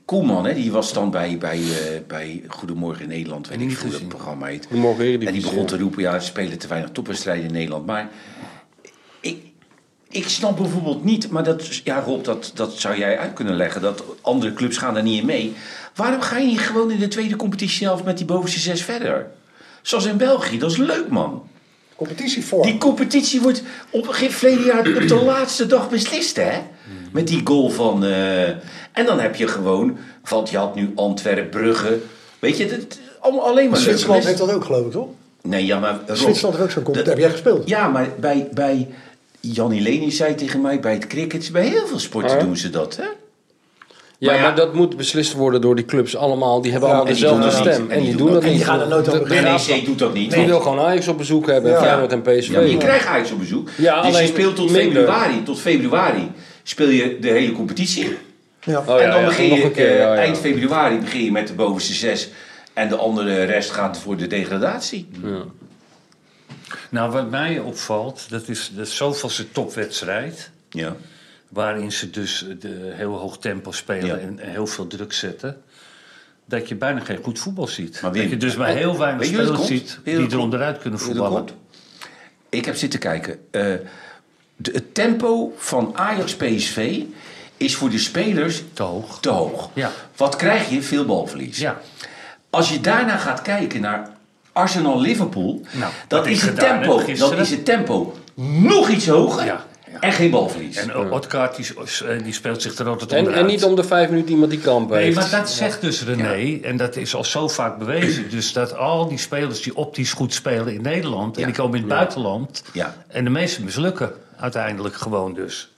[SPEAKER 4] Koeman, hè, die was dan bij, bij, eh, bij Goedemorgen in Nederland, weet ik
[SPEAKER 3] Niet
[SPEAKER 4] veel hoe dat
[SPEAKER 3] gezien.
[SPEAKER 4] programma heet.
[SPEAKER 2] Goedemorgen
[SPEAKER 4] En die
[SPEAKER 2] Eredivisie.
[SPEAKER 4] begon
[SPEAKER 2] ja.
[SPEAKER 4] te roepen, ja, er spelen te weinig topwedstrijden in Nederland. Maar ik, ik snap bijvoorbeeld niet, maar dat, is- ja, Rob, dat, dat zou jij uit kunnen leggen, dat andere clubs gaan daar niet in mee. Waarom ga je niet gewoon in de tweede competitie zelf met die bovenste zes verder? Zoals in België, dat is leuk, man.
[SPEAKER 5] Competitievorm.
[SPEAKER 4] Die competitie wordt op een gegeven verleden jaar op de laatste dag beslist, hè? Met die goal van. eh, en dan heb je gewoon. Want je had nu Antwerpen, Brugge. Weet je, dat, allemaal alleen maar.
[SPEAKER 5] Zwitserland heeft
[SPEAKER 4] leuke
[SPEAKER 5] dat ook, geloof ik, toch?
[SPEAKER 4] les. Nee, ja, maar. Rob,
[SPEAKER 5] Zwitserland heeft ook zo'n competitie.
[SPEAKER 4] dat-
[SPEAKER 5] Heb jij gespeeld?
[SPEAKER 4] Ja, maar bij. bij Jannie Leni zei tegen mij bij het cricket. Bij heel veel sporten doen ze dat, hè?
[SPEAKER 2] Ja,
[SPEAKER 4] Maar
[SPEAKER 2] maar,
[SPEAKER 4] ja-
[SPEAKER 2] dat moet beslist worden door die clubs allemaal. Die hebben allemaal
[SPEAKER 4] en die doen
[SPEAKER 2] dezelfde
[SPEAKER 4] dat niet.
[SPEAKER 2] stem.
[SPEAKER 4] En
[SPEAKER 2] En
[SPEAKER 4] die
[SPEAKER 2] die
[SPEAKER 4] doen
[SPEAKER 2] doen dat
[SPEAKER 5] En
[SPEAKER 2] niet.
[SPEAKER 5] die gaan er nooit
[SPEAKER 2] De-
[SPEAKER 5] over
[SPEAKER 2] de-
[SPEAKER 5] beginnen.
[SPEAKER 4] NEC doet dat niet.
[SPEAKER 2] Die wil gewoon Ajax op bezoek hebben.
[SPEAKER 5] Ja.
[SPEAKER 2] Ja. Feyenoord en PSV.
[SPEAKER 4] Ja, maar je krijgt Ajax op bezoek.
[SPEAKER 2] Ja,
[SPEAKER 4] dus je
[SPEAKER 2] alleen
[SPEAKER 4] speelt tot
[SPEAKER 2] minder.
[SPEAKER 4] februari. Tot februari speel je de hele competitie.
[SPEAKER 5] Ja.
[SPEAKER 2] Oh, ja,
[SPEAKER 4] en dan
[SPEAKER 2] ja.
[SPEAKER 4] begin
[SPEAKER 2] Nog
[SPEAKER 4] je
[SPEAKER 2] een keer, oh,
[SPEAKER 4] eh,
[SPEAKER 2] ja, ja.
[SPEAKER 4] eind februari begin je met de bovenste zes. En de andere rest gaat voor de degradatie.
[SPEAKER 3] Nou, wat mij opvalt, dat is de zoveelste topwedstrijd.
[SPEAKER 4] Ja.
[SPEAKER 3] waarin ze dus eh, de heel hoog tempo spelen
[SPEAKER 4] Ja.
[SPEAKER 3] en heel veel druk zetten. Dat je bijna geen goed voetbal ziet.
[SPEAKER 4] Maar Wim,
[SPEAKER 3] dat je dus maar heel weinig
[SPEAKER 4] weet je hoe dat
[SPEAKER 3] spelers
[SPEAKER 4] komt?
[SPEAKER 3] ziet
[SPEAKER 4] Weet je
[SPEAKER 3] die
[SPEAKER 4] hoe dat
[SPEAKER 3] er
[SPEAKER 4] komt?
[SPEAKER 3] onderuit kunnen
[SPEAKER 4] Weet je hoe
[SPEAKER 3] voetballen.
[SPEAKER 4] dat Ik heb zitten kijken. Eh, de, het tempo van Ajax PSV is voor de spelers
[SPEAKER 3] Te hoog.
[SPEAKER 4] te hoog.
[SPEAKER 3] Ja.
[SPEAKER 4] Wat krijg je? Veel balverlies.
[SPEAKER 3] Ja.
[SPEAKER 4] Als je daarna gaat kijken naar Arsenal Liverpool,
[SPEAKER 3] Nou,
[SPEAKER 4] dat
[SPEAKER 3] dat
[SPEAKER 4] is
[SPEAKER 3] is
[SPEAKER 4] het
[SPEAKER 3] gedaan,
[SPEAKER 4] tempo.
[SPEAKER 3] hè, gisteren.
[SPEAKER 4] Dan is het tempo nog iets hoger
[SPEAKER 3] Ja, ja.
[SPEAKER 4] en geen balverlies.
[SPEAKER 3] En eh, Odkaart die, s- eh, die speelt zich er altijd
[SPEAKER 2] En,
[SPEAKER 3] onderuit.
[SPEAKER 2] en niet om de vijf minuten iemand die kramp
[SPEAKER 3] Nee,
[SPEAKER 2] heeft.
[SPEAKER 3] maar dat zegt dus René, en dat is al zo vaak bewezen. Dus dat al die spelers die optisch goed spelen in Nederland...
[SPEAKER 4] Ja.
[SPEAKER 3] en die komen in het buitenland...
[SPEAKER 4] Ja.
[SPEAKER 3] en de meeste mislukken uiteindelijk gewoon dus.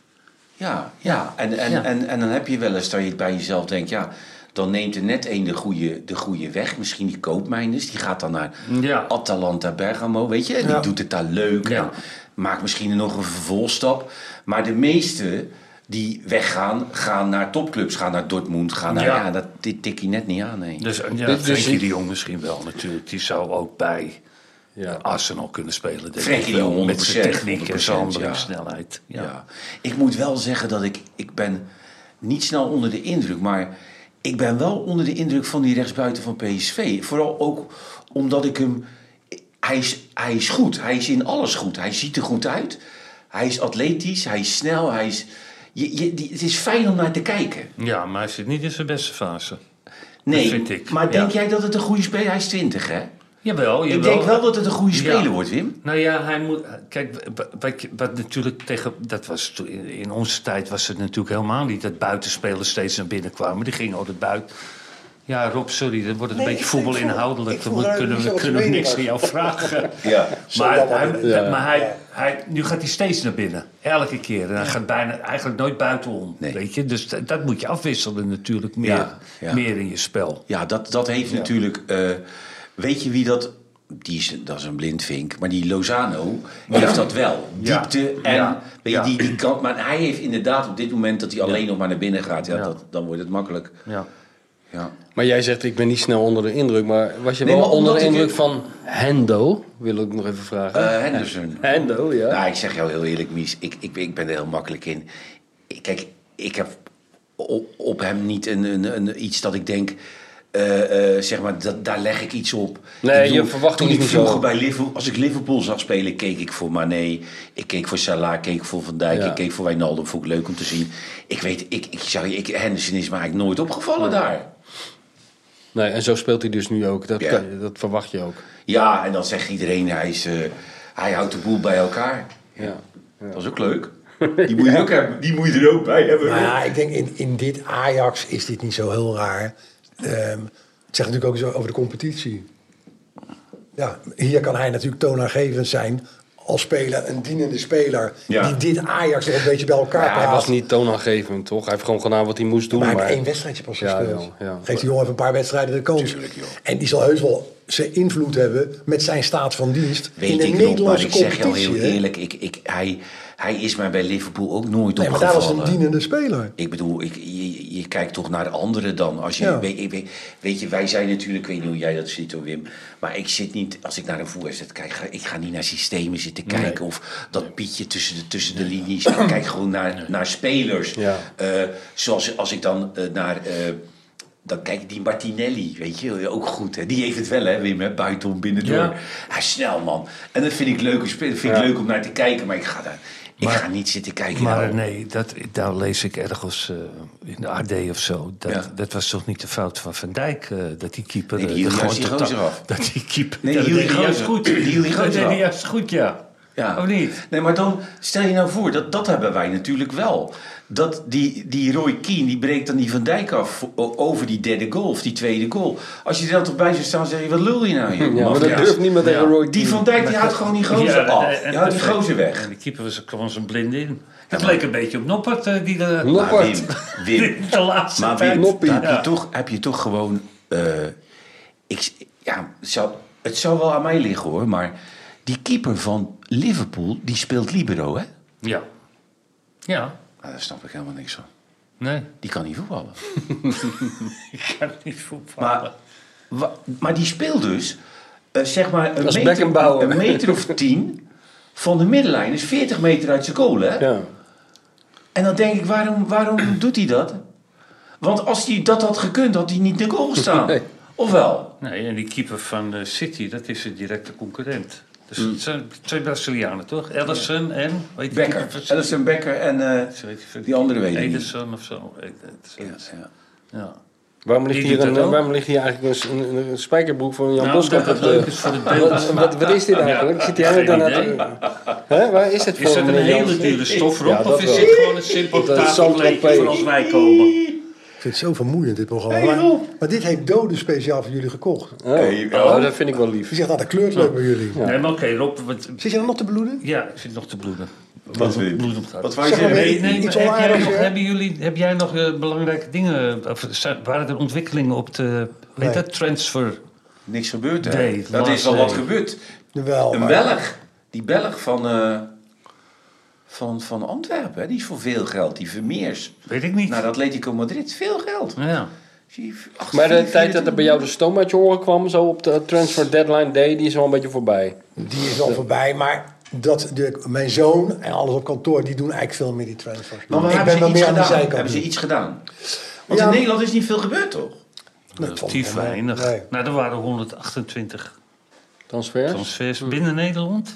[SPEAKER 4] Ja, ja. En, en,
[SPEAKER 3] Ja.
[SPEAKER 4] En, en dan heb je wel eens dat je bij jezelf denkt, ja, dan neemt er net één de goede, de goede weg. Misschien die koopmijners, die gaat dan naar
[SPEAKER 3] Ja.
[SPEAKER 4] Atalanta Bergamo, weet je. En die
[SPEAKER 5] Ja.
[SPEAKER 4] doet het daar leuk
[SPEAKER 3] Ja.
[SPEAKER 4] en maakt misschien nog een vervolgstap. Maar de meeste die weggaan, gaan naar topclubs, gaan naar Dortmund, gaan naar... Ja,
[SPEAKER 3] Ja.
[SPEAKER 4] dat, dit tik je net niet aan, nee.
[SPEAKER 3] Dus eh, ja,
[SPEAKER 2] Dit- dit
[SPEAKER 3] Frenkie
[SPEAKER 2] is-
[SPEAKER 3] de Jong misschien wel natuurlijk. Die zou ook bij
[SPEAKER 2] Ja.
[SPEAKER 3] Arsenal kunnen spelen. Denk
[SPEAKER 4] Frenkie
[SPEAKER 3] ik
[SPEAKER 4] de
[SPEAKER 3] wel.
[SPEAKER 4] Jong,
[SPEAKER 3] Met
[SPEAKER 4] 100%,
[SPEAKER 3] zijn techniek en
[SPEAKER 4] 100%,
[SPEAKER 3] zijn andere
[SPEAKER 4] ja.
[SPEAKER 3] snelheid. Ja.
[SPEAKER 4] Ja. Ik moet wel zeggen dat ik, ik ben niet snel onder de indruk, maar ik ben wel onder de indruk van die rechtsbuiten van PSV. Vooral ook omdat ik hem, hij is, hij is goed, hij is in alles goed, hij ziet er goed uit, hij is atletisch, hij is snel, hij is, je, je, die, het is fijn om naar te kijken.
[SPEAKER 3] Ja, maar hij zit niet in zijn beste fase.
[SPEAKER 4] Nee,
[SPEAKER 3] vind ik,
[SPEAKER 4] maar denk
[SPEAKER 3] ja.
[SPEAKER 4] jij dat het een goede speler, hij is 20 hè?
[SPEAKER 3] Jawel,
[SPEAKER 4] Ik denk wel dat het een goede speler
[SPEAKER 3] Ja.
[SPEAKER 4] wordt, Wim.
[SPEAKER 3] Nou ja, hij moet. Kijk, wa- wat, wat natuurlijk tegen. Dat was toen- in- in onze tijd was het natuurlijk helemaal niet dat buitenspelers steeds naar binnen kwamen. Die gingen altijd buiten. Ja, Rob, sorry, dat wordt het een
[SPEAKER 5] Nee, ik-
[SPEAKER 3] beetje
[SPEAKER 5] ik
[SPEAKER 3] voetbal
[SPEAKER 5] voel-
[SPEAKER 3] inhoudelijk.
[SPEAKER 5] ik
[SPEAKER 3] Dan
[SPEAKER 5] voel
[SPEAKER 3] moet-
[SPEAKER 5] daar
[SPEAKER 3] kunnen
[SPEAKER 5] niet
[SPEAKER 3] we
[SPEAKER 5] zoals
[SPEAKER 3] kunnen we
[SPEAKER 5] mening
[SPEAKER 3] niks
[SPEAKER 5] uit.
[SPEAKER 3] aan jou
[SPEAKER 5] [laughs]
[SPEAKER 3] vragen.
[SPEAKER 4] Ja.
[SPEAKER 3] Maar,
[SPEAKER 5] jammer,
[SPEAKER 3] hij,
[SPEAKER 5] dit.
[SPEAKER 2] Ja.
[SPEAKER 3] maar hij,
[SPEAKER 5] Ja.
[SPEAKER 3] hij, nu gaat hij steeds naar binnen. Elke keer. En hij gaat bijna, eigenlijk nooit buitenom.
[SPEAKER 4] Nee.
[SPEAKER 3] Weet je? Dus dat, dat moet je afwisselen natuurlijk meer,
[SPEAKER 4] Ja, ja.
[SPEAKER 3] meer in je spel.
[SPEAKER 4] Ja, dat, dat heeft natuurlijk. eh, weet je wie dat. Die is, dat is een blindvink, maar die Lozano heeft dat wel.
[SPEAKER 3] Ja.
[SPEAKER 4] Diepte en.
[SPEAKER 3] Ja.
[SPEAKER 4] Weet je,
[SPEAKER 3] Ja.
[SPEAKER 4] die, die kant. Maar hij heeft inderdaad op dit moment dat hij alleen nog maar naar binnen gaat. Ja,
[SPEAKER 3] Ja.
[SPEAKER 4] Dat, dan wordt het makkelijk.
[SPEAKER 3] Ja.
[SPEAKER 4] Ja.
[SPEAKER 2] Maar jij zegt, ik ben niet snel onder de indruk. Maar was je
[SPEAKER 4] Nee,
[SPEAKER 2] wel
[SPEAKER 4] maar
[SPEAKER 2] onder
[SPEAKER 4] omdat
[SPEAKER 2] de
[SPEAKER 4] ik-
[SPEAKER 2] indruk van Hendo? Wil ik nog even vragen.
[SPEAKER 4] Eh, Henderson.
[SPEAKER 2] Hendo, ja.
[SPEAKER 4] Nou, ik zeg jou heel eerlijk, Mies. Ik, ik, ben- ik ben er heel makkelijk in. Ik- Kijk, ik heb op, op hem niet een, een, een, iets dat ik denk... eh, eh, zeg maar, dat, daar leg ik iets op.
[SPEAKER 2] Nee,
[SPEAKER 4] Ik
[SPEAKER 2] je verwachting
[SPEAKER 4] Toen
[SPEAKER 2] is
[SPEAKER 4] ik
[SPEAKER 2] niet
[SPEAKER 4] vroeger
[SPEAKER 2] zo.
[SPEAKER 4] bij Liverpool... Als ik Liverpool zag spelen, keek ik voor Mané. Ik keek voor Salah, keek voor Van Dijk.
[SPEAKER 2] Ja.
[SPEAKER 4] Ik keek voor Wijnaldum. Vond ik leuk om te zien. Ik weet, ik, ik, zou je- ik, Henderson is me eigenlijk nooit opgevallen daar.
[SPEAKER 2] Nee, en zo speelt hij dus nu ook. Dat,
[SPEAKER 4] Ja.
[SPEAKER 2] kan je- dat verwacht je ook.
[SPEAKER 4] Ja, en dan zegt iedereen, hij, is, eh, hij houdt de boel bij elkaar.
[SPEAKER 2] Ja.
[SPEAKER 4] Dat is ook
[SPEAKER 5] [laughs]
[SPEAKER 4] leuk. Die moet je, ook hebben. Die moet je er ook bij hebben.
[SPEAKER 5] Maar Nou ja, ik denk in, in dit Ajax is dit niet zo heel raar. Ehm, het zegt natuurlijk ook zo over de competitie. Ja, hier kan hij natuurlijk toonaangevend zijn als speler, een dienende speler.
[SPEAKER 4] Ja.
[SPEAKER 5] Die dit Ajax nog een beetje bij elkaar
[SPEAKER 2] Ja, hij
[SPEAKER 5] praat.
[SPEAKER 2] was niet toonaangevend, toch? Hij heeft gewoon gedaan wat hij moest doen.
[SPEAKER 5] maar hij
[SPEAKER 2] maar-
[SPEAKER 5] heeft één wedstrijdje pas
[SPEAKER 2] Ja,
[SPEAKER 5] gespeeld.
[SPEAKER 2] joh, ja.
[SPEAKER 5] Geeft die jongen even een paar wedstrijden de kans. En die zal heus wel zijn invloed hebben met zijn staat van dienst in
[SPEAKER 4] Weet
[SPEAKER 5] de
[SPEAKER 4] ik nog, maar
[SPEAKER 5] Nederlandse
[SPEAKER 4] ik zeg jou
[SPEAKER 5] competitie.
[SPEAKER 4] heel
[SPEAKER 5] hè?
[SPEAKER 4] eerlijk. Ik, ik, hij, hij is mij bij Liverpool ook nooit
[SPEAKER 5] nee, maar daar was
[SPEAKER 4] opgevallen.
[SPEAKER 5] een dienende speler.
[SPEAKER 4] Ik bedoel, ik, je, je kijkt toch naar anderen dan. Als je,
[SPEAKER 5] Ja.
[SPEAKER 4] weet, ik weet- weet je, wij zijn natuurlijk, ik weet niet hoe jij dat ziet hoor Wim. Maar ik zit niet, als ik naar een voetbalwedstrijd kijk, ga, ik ga niet naar systemen zitten kijken. Of dat pietje tussen de, tussen de linies. Ik kijk gewoon naar, naar spelers.
[SPEAKER 2] Ja.
[SPEAKER 4] Eh, zoals als ik dan eh, naar... eh, dan kijk ik die Martinelli, weet je, ook goed. Hè? Die heeft het wel, hè, Wim, hè? buitenom, binnendoor.
[SPEAKER 3] Ja.
[SPEAKER 4] Hij is snel, man. En dat vind ik leuk, dat vind ik leuk om naar te kijken. Maar ik ga, daar, ik ga niet zitten kijken. naar-
[SPEAKER 3] Maar nee, dat, daar lees ik ergens eh, in de AD of zo. Dat,
[SPEAKER 4] Ja.
[SPEAKER 3] dat was toch niet de fout van Van Dijk? eh, dat die keeper.
[SPEAKER 4] Nee, die
[SPEAKER 3] eh,
[SPEAKER 4] hield
[SPEAKER 3] de
[SPEAKER 4] juist die
[SPEAKER 3] grote ta-
[SPEAKER 4] gozer af.
[SPEAKER 3] [laughs] Dat die keeper.
[SPEAKER 4] Nee, die
[SPEAKER 3] dat
[SPEAKER 4] hield die
[SPEAKER 3] deed hij
[SPEAKER 4] gozer-
[SPEAKER 3] juist goed.
[SPEAKER 4] die hield die
[SPEAKER 3] dat
[SPEAKER 4] gozer
[SPEAKER 3] deed hij
[SPEAKER 4] af.
[SPEAKER 3] juist goed, ja.
[SPEAKER 4] Ja.
[SPEAKER 3] Of niet?
[SPEAKER 4] Nee, maar dan stel je nou voor, dat, dat hebben wij natuurlijk wel. Dat die, die Roy Keane, die breekt dan die Van Dijk af o- over die derde goal of die tweede goal. Als je er dan toch bij zou staan, zeg je, wat lul je nou,
[SPEAKER 2] [laughs]
[SPEAKER 4] joh?
[SPEAKER 2] Ja, maar dat
[SPEAKER 4] Mafia's.
[SPEAKER 2] durft niemand tegen Roy
[SPEAKER 4] Die
[SPEAKER 2] Keane.
[SPEAKER 4] Van Dijk, die houdt gewoon die gozer
[SPEAKER 3] Ja, eh,
[SPEAKER 4] af.
[SPEAKER 3] en-
[SPEAKER 4] Die houdt die
[SPEAKER 3] en-
[SPEAKER 4] gozer weg.
[SPEAKER 3] En de keeper was, kwam zijn blind in. Het leek een beetje op Noppert, eh, die de,
[SPEAKER 2] Nog
[SPEAKER 4] Maar
[SPEAKER 2] wat.
[SPEAKER 4] Wim, Wim,
[SPEAKER 3] de laatste
[SPEAKER 4] Maar
[SPEAKER 3] tijd.
[SPEAKER 4] Wim,
[SPEAKER 2] Noppie.
[SPEAKER 4] dan heb,
[SPEAKER 3] Ja.
[SPEAKER 4] je toch, heb je toch gewoon... eh, ik, ja, het zou, het zou wel aan mij liggen hoor, maar die keeper van Liverpool, die speelt libero hè?
[SPEAKER 3] Ja. Ja.
[SPEAKER 4] Nou, daar snap ik helemaal niks van.
[SPEAKER 3] Nee, [laughs]
[SPEAKER 4] Die kan niet voetballen.
[SPEAKER 3] ik kan niet voetballen.
[SPEAKER 4] Maar, wa- maar die speelt dus, eh, zeg maar, een
[SPEAKER 2] Als
[SPEAKER 4] meter,
[SPEAKER 2] Beckenbauer.
[SPEAKER 4] een meter of tien van de middenlijn. Dus 40 meter uit zijn goal, hè?
[SPEAKER 2] Ja.
[SPEAKER 4] En dan denk ik, waarom, waarom [clears throat] doet hij dat? Want als hij dat had gekund, had hij niet in de goal gestaan.
[SPEAKER 2] Nee.
[SPEAKER 4] Of wel?
[SPEAKER 3] Nee, en die keeper van eh, City, dat is de directe concurrent. Dus
[SPEAKER 4] Mm.
[SPEAKER 3] het zijn twee Brazilianen, toch? Ellison en... Weet je,
[SPEAKER 2] [laughs]
[SPEAKER 4] Becker.
[SPEAKER 3] keeper van-
[SPEAKER 4] Ellison Becker en... eh,
[SPEAKER 3] Zo heet van-
[SPEAKER 4] Die andere weet ik niet.
[SPEAKER 3] Ederson of zo. Eh, dat is iets.
[SPEAKER 4] ja.
[SPEAKER 3] Ja.
[SPEAKER 2] Waarom ligt,
[SPEAKER 3] Die
[SPEAKER 2] hier
[SPEAKER 3] doet
[SPEAKER 2] een,
[SPEAKER 3] dat ook.
[SPEAKER 2] waarom ligt hier eigenlijk een, een, een spijkerbroek van Jan
[SPEAKER 3] Nou,
[SPEAKER 2] Boskamp?
[SPEAKER 3] dat
[SPEAKER 2] op
[SPEAKER 3] het
[SPEAKER 2] de-
[SPEAKER 3] leuk is voor de
[SPEAKER 2] wat,
[SPEAKER 3] beeld.
[SPEAKER 2] wat, wat is dit eigenlijk? Zit hij
[SPEAKER 3] Geen
[SPEAKER 2] eigenlijk
[SPEAKER 3] idee.
[SPEAKER 2] daarna Hè, Waar is het voor?
[SPEAKER 3] Is dat een
[SPEAKER 2] meneer
[SPEAKER 3] hele
[SPEAKER 2] Jansen?
[SPEAKER 3] dure stofrok
[SPEAKER 2] Ja, dat
[SPEAKER 3] of is
[SPEAKER 2] wel.
[SPEAKER 3] dit gewoon een simpel
[SPEAKER 2] Dat is
[SPEAKER 3] tafelkleedje
[SPEAKER 2] Saint-Tropez.
[SPEAKER 3] voor als wij komen?
[SPEAKER 5] Ik vind het zo vermoeiend, dit programma.
[SPEAKER 4] Hey,
[SPEAKER 5] maar,
[SPEAKER 4] Rob.
[SPEAKER 5] maar dit heeft Dode speciaal voor jullie gekocht.
[SPEAKER 2] Oh,
[SPEAKER 4] Hey,
[SPEAKER 2] oh, dat vind ik wel lief.
[SPEAKER 5] Je zegt, nou, dat kleurt leuk bij jullie.
[SPEAKER 3] Nee, maar oké, Rob. Wat,
[SPEAKER 5] Zit je dan nog te bloeden?
[SPEAKER 3] ja, ik zit nog te bloeden.
[SPEAKER 4] Wat wil je?
[SPEAKER 3] Bloed op
[SPEAKER 4] Wat
[SPEAKER 3] gaat.
[SPEAKER 4] wou je
[SPEAKER 5] Zeg maar
[SPEAKER 4] zeggen?
[SPEAKER 5] weer-
[SPEAKER 3] Nee, nee, maar
[SPEAKER 5] Iets
[SPEAKER 3] heb jij,
[SPEAKER 5] onaardigs,
[SPEAKER 3] nog,
[SPEAKER 5] hè?
[SPEAKER 3] hebben jullie, heb jij nog eh, belangrijke dingen? Of, zijn- waren er ontwikkelingen op de hoe heet
[SPEAKER 5] Nee.
[SPEAKER 3] dat, transfer?
[SPEAKER 4] Niks gebeurd, hè?
[SPEAKER 3] Nee,
[SPEAKER 4] dat is al
[SPEAKER 3] nee.
[SPEAKER 4] wat gebeurd.
[SPEAKER 5] Jawel.
[SPEAKER 4] Een
[SPEAKER 5] maar-
[SPEAKER 4] Belg. Die Belg van, eh, van, van Antwerpen, hè? die is voor veel geld. Die Vermeers.
[SPEAKER 3] Weet ik niet.
[SPEAKER 4] Naar Atletico Madrid. Veel geld.
[SPEAKER 3] Nou ja.
[SPEAKER 4] Zie, acht,
[SPEAKER 2] Maar de
[SPEAKER 4] vier,
[SPEAKER 2] tijd dat er bij jou de
[SPEAKER 4] vier-
[SPEAKER 2] stoom uit je oren kwam, zo op de transfer deadline day, die is al een beetje voorbij.
[SPEAKER 5] Die is al voorbij, maar dat de, mijn zoon en alles op kantoor, die doen eigenlijk veel meer die transfers.
[SPEAKER 4] Maar,
[SPEAKER 5] ik
[SPEAKER 4] hebben,
[SPEAKER 5] ben
[SPEAKER 4] ze
[SPEAKER 5] wel
[SPEAKER 4] iets
[SPEAKER 5] meer aan de
[SPEAKER 4] gedaan?
[SPEAKER 5] zijkant.
[SPEAKER 4] hebben ze
[SPEAKER 5] nu.
[SPEAKER 4] iets gedaan? Want
[SPEAKER 5] Ja,
[SPEAKER 4] in
[SPEAKER 5] maar-
[SPEAKER 4] Nederland is niet veel gebeurd, toch?
[SPEAKER 5] Nee, het valt
[SPEAKER 3] Relatief
[SPEAKER 5] wel mee.
[SPEAKER 3] weinig.
[SPEAKER 5] Nee.
[SPEAKER 3] Nou, er waren 128
[SPEAKER 2] Transfers?
[SPEAKER 3] transfers binnen Nederland.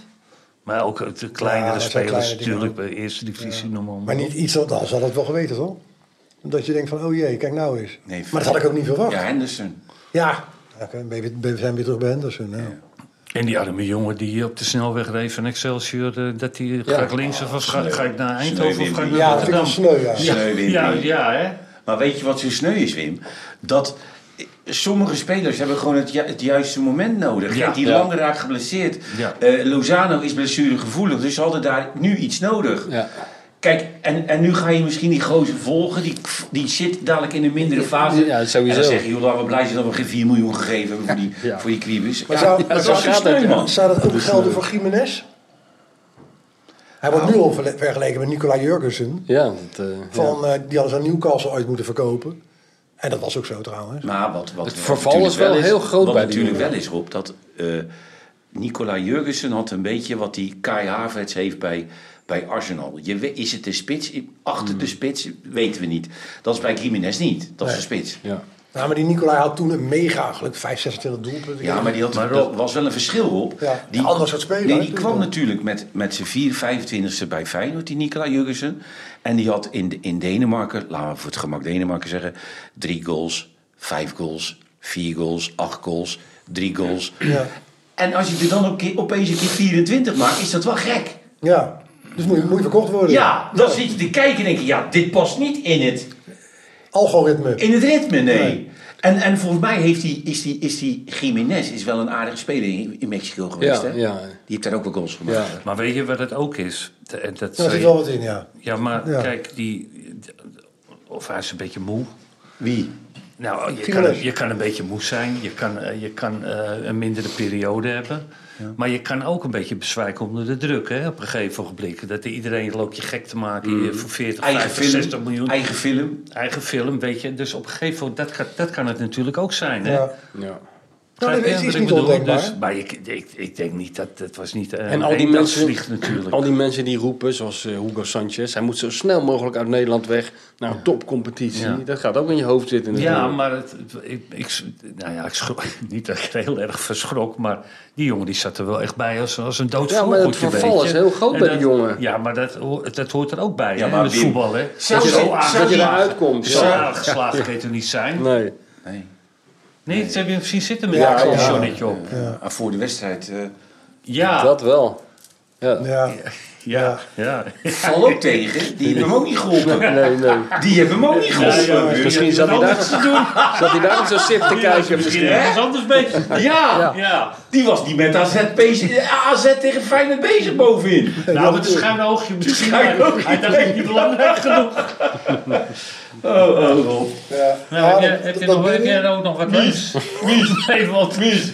[SPEAKER 3] Maar ook de kleinere
[SPEAKER 5] Ja, dat zijn
[SPEAKER 3] spelers
[SPEAKER 5] kleine dingen.
[SPEAKER 3] natuurlijk bij de eerste divisie noem maar. op.
[SPEAKER 5] Maar niet iets, dat- dan zal het wel geweten, toch? Dat je denkt van, oh jee, kijk nou eens.
[SPEAKER 4] Nee,
[SPEAKER 5] maar dat had ik ook niet verwacht.
[SPEAKER 4] Ja,
[SPEAKER 5] Ja.
[SPEAKER 4] Henderson.
[SPEAKER 5] Oké, ben je- ben- we zijn weer terug bij Henderson. Ja.
[SPEAKER 3] En die arme jongen die hier op de snelweg reed van Excelsior, eh, dat die ga ik links of ga, ga ik naar Eindhoven of ga ik naar
[SPEAKER 4] Ja,
[SPEAKER 5] Ja, dat vind ik
[SPEAKER 3] Rotterdam?
[SPEAKER 5] wel sneu. Ja.
[SPEAKER 4] Sneu weer.
[SPEAKER 3] Ja, ja, hè?
[SPEAKER 4] Maar weet je wat zo sneu is, Wim? Dat eh, sommige spelers hebben gewoon het, ju- het juiste moment nodig.
[SPEAKER 3] Ja.
[SPEAKER 4] Kijk, die
[SPEAKER 2] Ja.
[SPEAKER 4] Lange raakt geblesseerd.
[SPEAKER 3] Ja.
[SPEAKER 4] Eh, Lozano is blessuregevoelig, dus ze hadden daar nu iets nodig.
[SPEAKER 2] Ja.
[SPEAKER 4] Kijk, en, en nu ga je misschien die gozer volgen. Die, die zit dadelijk in een mindere fase.
[SPEAKER 2] Ja, sowieso.
[SPEAKER 4] En dan zeg je, joh, laten we blij zijn dat we geen 4 miljoen gegeven hebben voor die,
[SPEAKER 2] Ja.
[SPEAKER 4] voor die kwiebus.
[SPEAKER 5] Maar
[SPEAKER 4] Ja,
[SPEAKER 5] zou-
[SPEAKER 4] dat
[SPEAKER 5] zou-
[SPEAKER 4] is zo sneu, man.
[SPEAKER 5] Zou dat ook gelden voor Jiménez? Hij
[SPEAKER 4] Nou.
[SPEAKER 5] wordt nu al verle- vergeleken met Nicola Jurgensen.
[SPEAKER 2] Ja, dat, eh, ja.
[SPEAKER 5] Van, eh, die hadden ze aan Newcastle ooit moeten verkopen. En dat was ook zo trouwens.
[SPEAKER 4] Maar wat, wat,
[SPEAKER 2] Het
[SPEAKER 4] wat
[SPEAKER 2] verval
[SPEAKER 4] natuurlijk
[SPEAKER 2] is wel heel groot
[SPEAKER 4] wat
[SPEAKER 2] bij die
[SPEAKER 4] natuurlijk
[SPEAKER 2] jongen.
[SPEAKER 4] wel is, Rob, dat eh Nicola Jurgensen had een beetje wat die Kai Havertz heeft bij, bij Arsenal. Je, we- is het de spits? Achter
[SPEAKER 2] Hmm.
[SPEAKER 4] de spits? Weten we niet. Dat is bij Jiménez niet. Dat is de spits.
[SPEAKER 2] ja.
[SPEAKER 5] Nou, maar die Nicola had toen een mega geluk, 5, 26 doelpunten.
[SPEAKER 4] Ja, maar die had, dat was wel een verschil op.
[SPEAKER 5] Ja,
[SPEAKER 4] die,
[SPEAKER 5] een ander soort speler,
[SPEAKER 4] Nee,
[SPEAKER 5] hè,
[SPEAKER 4] die kwam natuurlijk met, met zijn 4, 25ste bij Feyenoord, die Nicola Jurgensen. En die had in, in Denemarken, laten we voor het gemak Denemarken zeggen, drie goals, vijf goals, vier goals, acht goals, drie goals.
[SPEAKER 5] Ja.
[SPEAKER 4] En als je er dan ook opeens een keer 24 maakt, is dat wel gek.
[SPEAKER 5] Ja, dus moet je, moet je verkocht worden.
[SPEAKER 4] Ja, dan zit je te kijken en denk je, ja, dit past niet in het,
[SPEAKER 5] Algoritme.
[SPEAKER 4] in het ritme, nee.
[SPEAKER 5] Nee.
[SPEAKER 4] En, en volgens mij heeft die, is die, is die Jiménez is wel een aardige speler in, in Mexico geweest,
[SPEAKER 2] Ja,
[SPEAKER 4] hè?
[SPEAKER 2] ja.
[SPEAKER 4] Die heeft daar ook wel goals gemaakt.
[SPEAKER 2] Ja.
[SPEAKER 3] Maar weet je wat het ook is? De- en Dat
[SPEAKER 5] Daar
[SPEAKER 3] zei-
[SPEAKER 5] zit wel wat in, ja.
[SPEAKER 3] ja, maar
[SPEAKER 5] Ja.
[SPEAKER 3] kijk, die, of hij is een beetje moe.
[SPEAKER 4] Wie?
[SPEAKER 3] Nou, je kan,
[SPEAKER 5] Jiménez.
[SPEAKER 3] je kan een beetje moe zijn, je kan, eh, je kan eh, een mindere periode hebben. Maar je kan ook een beetje bezwijken onder de druk hè, op een gegeven ogenblik. Dat iedereen loopt je gek te maken hier voor 40,
[SPEAKER 4] Mm. Eigen
[SPEAKER 3] 50, 60 miljoen.
[SPEAKER 4] film. Eigen film.
[SPEAKER 3] Eigen film, weet je. Dus op een gegeven moment, dat, kan- dat kan het natuurlijk ook zijn. Hè?
[SPEAKER 5] ja.
[SPEAKER 2] ja.
[SPEAKER 5] Nou,
[SPEAKER 3] Begrijp
[SPEAKER 5] dat
[SPEAKER 3] je
[SPEAKER 5] is,
[SPEAKER 3] wat
[SPEAKER 5] is
[SPEAKER 3] ik
[SPEAKER 5] niet
[SPEAKER 3] bedoel?
[SPEAKER 5] ondenkbaar.
[SPEAKER 3] Dus- maar ik, ik, ik denk niet dat het was niet. eh,
[SPEAKER 2] En al die,
[SPEAKER 3] één dag
[SPEAKER 2] mensen,
[SPEAKER 3] vliegt natuurlijk.
[SPEAKER 2] al die mensen die roepen, zoals eh, Hugo Sanchez, hij moet zo snel mogelijk uit Nederland weg naar een topcompetitie.
[SPEAKER 3] Ja.
[SPEAKER 2] Dat gaat ook in je hoofd zitten.
[SPEAKER 3] ja,
[SPEAKER 2] natuurlijk.
[SPEAKER 3] maar het, het- ik, ik, nou ja, ik schrok, [laughs] niet dat ik er heel erg verschrok, maar die jongen die zat er wel echt bij als, als een dood
[SPEAKER 2] Ja, maar het
[SPEAKER 3] voorkoetje, weet
[SPEAKER 2] verval
[SPEAKER 3] je.
[SPEAKER 2] is heel groot
[SPEAKER 3] En
[SPEAKER 2] bij
[SPEAKER 3] dat-
[SPEAKER 2] die jongen.
[SPEAKER 3] Ja, maar dat, ho- dat hoort er ook bij
[SPEAKER 4] Ja,
[SPEAKER 3] hè,
[SPEAKER 4] maar
[SPEAKER 3] in het
[SPEAKER 4] Wim,
[SPEAKER 3] voetbal. Hè.
[SPEAKER 4] zelfs
[SPEAKER 3] Zo
[SPEAKER 4] in-
[SPEAKER 3] aangeslagen-
[SPEAKER 2] dat je eruit komt,
[SPEAKER 3] Zo
[SPEAKER 2] ja.
[SPEAKER 3] aangeslagen kan je er niet zijn.
[SPEAKER 2] Nee.
[SPEAKER 4] Nee.
[SPEAKER 3] Nee, dat heb je hem zien zitten met
[SPEAKER 5] Ja,
[SPEAKER 3] een
[SPEAKER 5] ja.
[SPEAKER 4] Ah,
[SPEAKER 3] capuchonnetje op.
[SPEAKER 4] Maar voor de wedstrijd. eh,
[SPEAKER 3] Ja,
[SPEAKER 2] Dat wel. Ja.
[SPEAKER 5] Ja.
[SPEAKER 3] Ja, ja.
[SPEAKER 4] Val ook tegen. Die hebben hem ook niet geholpen.
[SPEAKER 2] Nee, nee.
[SPEAKER 4] Die hebben hem ook niet geholpen.
[SPEAKER 3] Ja, ja,
[SPEAKER 2] Misschien zat hij
[SPEAKER 3] Wat
[SPEAKER 2] daar,
[SPEAKER 3] anders te doen.
[SPEAKER 2] zat hij daar zo sip te
[SPEAKER 3] Die was
[SPEAKER 2] kijken.
[SPEAKER 3] misschien
[SPEAKER 2] Misschien.
[SPEAKER 3] ergens anders bezig.
[SPEAKER 4] Ja,
[SPEAKER 3] Ja.
[SPEAKER 4] die was niet met AZ bezig. AZ tegen Feyenoord bezig bovenin.
[SPEAKER 3] Nou, met een schuin oogje misschien.
[SPEAKER 4] schuin
[SPEAKER 3] maar
[SPEAKER 4] oogje.
[SPEAKER 3] Hij dacht dat het niet belangrijk genoeg.
[SPEAKER 4] Oh, oh, Rob.
[SPEAKER 5] Ja. Ja,
[SPEAKER 3] Nou, heb je, heb
[SPEAKER 5] dat-
[SPEAKER 3] je
[SPEAKER 5] dat
[SPEAKER 3] nog, heb
[SPEAKER 5] weet ik.
[SPEAKER 3] jij ook nog wat leuks? [laughs] Nee, wat mis.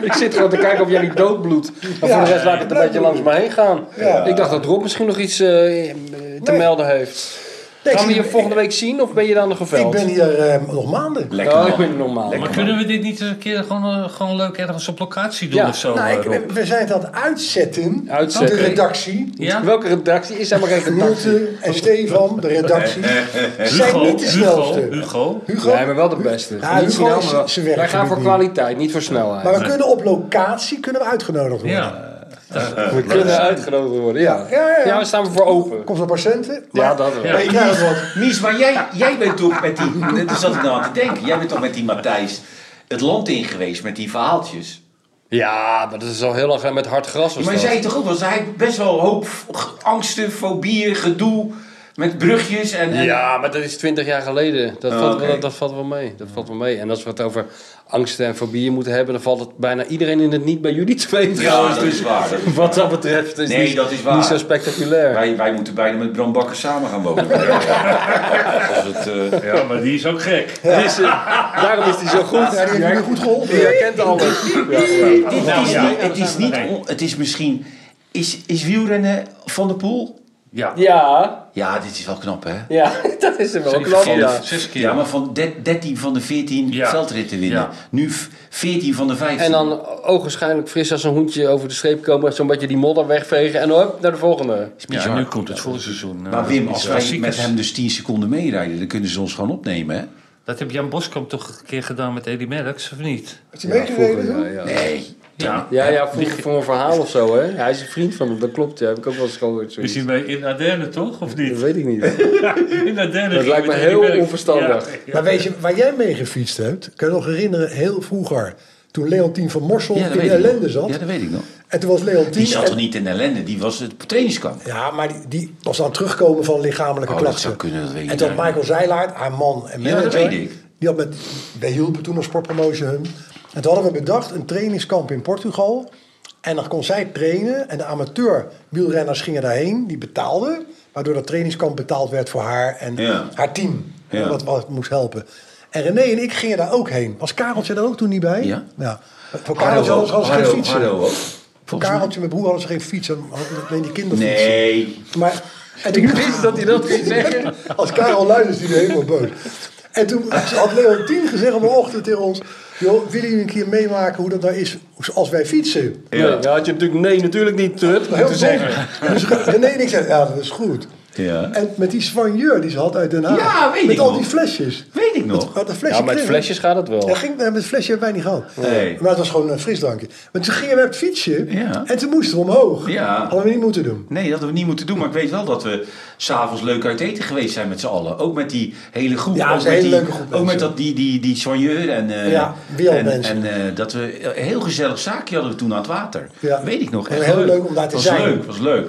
[SPEAKER 2] Ik zit gewoon te kijken of jij niet doodbloedt. Maar voor de rest laat ik het een beetje langs me heen gaan.
[SPEAKER 5] Ja.
[SPEAKER 2] Ik dacht dat Rob misschien nog iets eh, te
[SPEAKER 5] Nee.
[SPEAKER 2] melden heeft.
[SPEAKER 5] Nee, ik
[SPEAKER 2] Gaan we
[SPEAKER 5] zie-
[SPEAKER 2] je volgende week zien of ben je dan nog
[SPEAKER 5] Ik
[SPEAKER 2] geveld?
[SPEAKER 5] ben hier eh, nog maanden.
[SPEAKER 4] Lekker
[SPEAKER 2] Oh, ik
[SPEAKER 4] man.
[SPEAKER 2] ben normaal.
[SPEAKER 3] Maar kunnen we dit niet eens een keer gewoon, eh, gewoon leuk ergens op locatie doen
[SPEAKER 2] Ja.
[SPEAKER 3] of zo?
[SPEAKER 5] Nou, ik-
[SPEAKER 3] eh, Rob?
[SPEAKER 5] we zijn het aan het uitzetten.
[SPEAKER 2] Uitzetten.
[SPEAKER 5] De redactie.
[SPEAKER 3] ja?
[SPEAKER 2] Welke redactie is daar maar even
[SPEAKER 5] Nielsen
[SPEAKER 2] Oh.
[SPEAKER 5] en Stefan, de redactie. Ze zijn
[SPEAKER 3] Hugo,
[SPEAKER 5] niet de
[SPEAKER 3] Hugo,
[SPEAKER 5] snelste.
[SPEAKER 3] Hugo.
[SPEAKER 5] Hugo?
[SPEAKER 2] Nee, maar wel de beste. niet
[SPEAKER 5] Ja, Hugo
[SPEAKER 2] snel,
[SPEAKER 5] is
[SPEAKER 2] maar wel-
[SPEAKER 5] zijn werk
[SPEAKER 2] Wij gaan
[SPEAKER 5] goed
[SPEAKER 2] voor
[SPEAKER 5] doen.
[SPEAKER 2] kwaliteit, niet voor snelheid.
[SPEAKER 5] Maar we kunnen op locatie kunnen we uitgenodigd worden.
[SPEAKER 3] Ja.
[SPEAKER 2] we kunnen uitgenodigd worden, ja.
[SPEAKER 5] Ja, ja, ja.
[SPEAKER 2] we staan we voor open.
[SPEAKER 5] Komt er patiënten?
[SPEAKER 2] Ja, dat wel.
[SPEAKER 5] Ja. Ik krijg het wat.
[SPEAKER 4] Mies, maar jij, jij bent toch met die... Daar zat ik nou aan te denken. Jij bent toch met die Matthijs het land in geweest met die verhaaltjes.
[SPEAKER 2] Ja, maar dat is al heel lang geleden met hard gras was
[SPEAKER 4] Maar
[SPEAKER 2] dat.
[SPEAKER 4] zei je toch ook wel, hij heeft best wel een hoop g- angsten, fobieën, gedoe met brugjes en... en
[SPEAKER 2] Ja, maar dat is twintig jaar geleden. Dat,
[SPEAKER 4] Oh,
[SPEAKER 2] valt,
[SPEAKER 4] oké.
[SPEAKER 2] wel, dat valt wel mee. Dat valt wel mee. En als we het over angsten en fobieën moeten hebben, dan valt het bijna iedereen in het niet bij jullie twee
[SPEAKER 4] Ja,
[SPEAKER 2] trouwens.
[SPEAKER 4] dat is
[SPEAKER 2] Dus
[SPEAKER 4] waar. dat is
[SPEAKER 2] [laughs] wat
[SPEAKER 4] waar.
[SPEAKER 2] dat betreft is
[SPEAKER 4] Nee,
[SPEAKER 2] niet,
[SPEAKER 4] dat is waar.
[SPEAKER 2] niet zo spectaculair.
[SPEAKER 4] Wij, wij moeten bijna met Bram Bakker samen gaan wonen. Als het, eh,
[SPEAKER 3] ja, maar die is ook gek.
[SPEAKER 2] Dus, eh, daarom is die zo goed.
[SPEAKER 5] Ja, die heeft me goed geholpen.
[SPEAKER 2] Die herkent alles. Ja, ja.
[SPEAKER 4] het, is
[SPEAKER 3] ja.
[SPEAKER 4] niet, het is niet... on- Het is misschien... Is, is wielrennen van de poel?
[SPEAKER 3] Ja.
[SPEAKER 2] Ja,
[SPEAKER 4] Ja, dit is wel knap, hè?
[SPEAKER 2] ja, [laughs] dat is hem wel
[SPEAKER 3] Zeker.
[SPEAKER 2] knap.
[SPEAKER 3] Van de
[SPEAKER 2] Ja.
[SPEAKER 3] Zes keer.
[SPEAKER 4] Ja, maar van de- 13 van de 14
[SPEAKER 3] Ja.
[SPEAKER 4] veldritten winnen.
[SPEAKER 3] Ja.
[SPEAKER 4] Nu v- 14 van de 15.
[SPEAKER 2] En dan ogenschijnlijk fris als een hoentje over de scheep komen, zo'n beetje die modder wegvegen en hop, naar de volgende.
[SPEAKER 3] Ja, en nu komt het voorseizoen. eh,
[SPEAKER 4] maar Wim, als wij
[SPEAKER 3] klassiekers.
[SPEAKER 4] met hem dus 10 seconden meerijden, dan kunnen ze ons gewoon opnemen, hè?
[SPEAKER 3] Dat heb Jan Boskamp toch een keer gedaan met Eddy Merckx, of niet?
[SPEAKER 5] Had je meegereden toen?
[SPEAKER 2] ja.
[SPEAKER 4] Nee.
[SPEAKER 3] Ja.
[SPEAKER 2] Ja, ja, vroeger voor een verhaal of zo, hè? Hij is een vriend van me, dat klopt. Ja, heb ik ook wel eens gehoord.
[SPEAKER 3] Is
[SPEAKER 2] zoiets.
[SPEAKER 3] hij bij in Aderne toch, of
[SPEAKER 2] Dat
[SPEAKER 3] niet?
[SPEAKER 2] weet ik niet.
[SPEAKER 3] In Aderne.
[SPEAKER 2] Dat lijkt me heel onverstandig.
[SPEAKER 5] Maar weet je, waar jij mee gefietst hebt, kan je nog herinneren, heel vroeger, toen Leontien van Morsel
[SPEAKER 4] Ja, dat
[SPEAKER 5] in de
[SPEAKER 4] weet ik
[SPEAKER 5] ellende
[SPEAKER 4] nog.
[SPEAKER 5] zat.
[SPEAKER 4] Ja, dat weet ik nog.
[SPEAKER 5] En toen was Leontien...
[SPEAKER 4] Die zat
[SPEAKER 5] en-
[SPEAKER 4] toch niet in ellende, die was het trainingskamp.
[SPEAKER 5] Ja, maar die, die was aan het terugkomen van lichamelijke
[SPEAKER 4] Oh, dat
[SPEAKER 5] klachten.
[SPEAKER 4] zou kunnen, dat weet ik
[SPEAKER 5] en toen
[SPEAKER 4] niet.
[SPEAKER 5] had Michael Zeilaert, haar man en
[SPEAKER 4] Ja,
[SPEAKER 5] manager...
[SPEAKER 4] dat weet ik.
[SPEAKER 5] Die had met, wij hielpen toen als sportpromotion hun. En toen hadden we bedacht een trainingskamp in Portugal. En dan kon zij trainen. En de amateur wielrenners gingen daarheen. Die betaalden. Waardoor dat trainingskamp betaald werd voor haar en
[SPEAKER 4] Ja.
[SPEAKER 5] haar team.
[SPEAKER 4] Ja.
[SPEAKER 5] Wat, wat moest helpen. En René en ik gingen daar ook heen. Was Kareltje daar ook toen niet bij?
[SPEAKER 4] Ja.
[SPEAKER 5] Voor Kareltje hadden ze- hadden ze geen
[SPEAKER 4] Hardo,
[SPEAKER 5] fietsen.
[SPEAKER 4] Hardo ook.
[SPEAKER 5] Voor
[SPEAKER 4] Volgens mij-
[SPEAKER 5] Kareltje, mijn broer, hadden ze geen fiets. en hadden- Alleen die kinderfietsen.
[SPEAKER 4] Nee.
[SPEAKER 5] Maar, en ik wist dat hij dat ging zeggen. Als Karel luistert, is hij helemaal boos. En toen had Leontien gezegd op een ochtend tegen ons... joh, willen jullie een keer meemaken hoe dat nou is als wij fietsen?
[SPEAKER 2] Ja. had je natuurlijk nee, natuurlijk niet tut
[SPEAKER 5] Heel
[SPEAKER 2] moeten zeggen.
[SPEAKER 5] dom. Dus René en ik zeiden, ja, dat is goed.
[SPEAKER 4] Ja.
[SPEAKER 5] En met die soigneur die ze had uit Den Haag.
[SPEAKER 4] Ja, weet
[SPEAKER 5] Met
[SPEAKER 4] ik
[SPEAKER 5] al
[SPEAKER 4] nog.
[SPEAKER 5] die flesjes.
[SPEAKER 4] Weet ik nog.
[SPEAKER 5] Had een flesje
[SPEAKER 2] Ja, met
[SPEAKER 5] kregen.
[SPEAKER 2] flesjes gaat het wel.
[SPEAKER 5] Ja, ging, nee, met flesje hebben wij niet gehad.
[SPEAKER 4] Nee.
[SPEAKER 5] Maar het was gewoon een frisdrankje. Maar toen gingen we op het fietsje.
[SPEAKER 4] Ja.
[SPEAKER 5] En toen moesten we omhoog.
[SPEAKER 4] Ja.
[SPEAKER 5] Hadden we niet moeten doen.
[SPEAKER 4] Nee, dat hadden we niet moeten doen. Maar ik weet wel dat we s'avonds leuk uit eten geweest zijn met z'n allen. Ook met die hele groep.
[SPEAKER 5] Ja,
[SPEAKER 4] ook
[SPEAKER 5] dat is een
[SPEAKER 4] met
[SPEAKER 5] hele
[SPEAKER 4] die,
[SPEAKER 5] leuke groep
[SPEAKER 4] Ook
[SPEAKER 5] mensen.
[SPEAKER 4] met dat, die, die, die soigneur en... eh,
[SPEAKER 5] Ja, wie al
[SPEAKER 4] en,
[SPEAKER 5] mensen.
[SPEAKER 4] En eh, dat we... Een heel gezellig zaakje hadden we toen aan het water.
[SPEAKER 5] Ja.
[SPEAKER 4] Weet ik nog.
[SPEAKER 5] En
[SPEAKER 4] Echt
[SPEAKER 5] heel leuk om daar te
[SPEAKER 4] was
[SPEAKER 5] zijn.
[SPEAKER 4] Leuk, was leuk.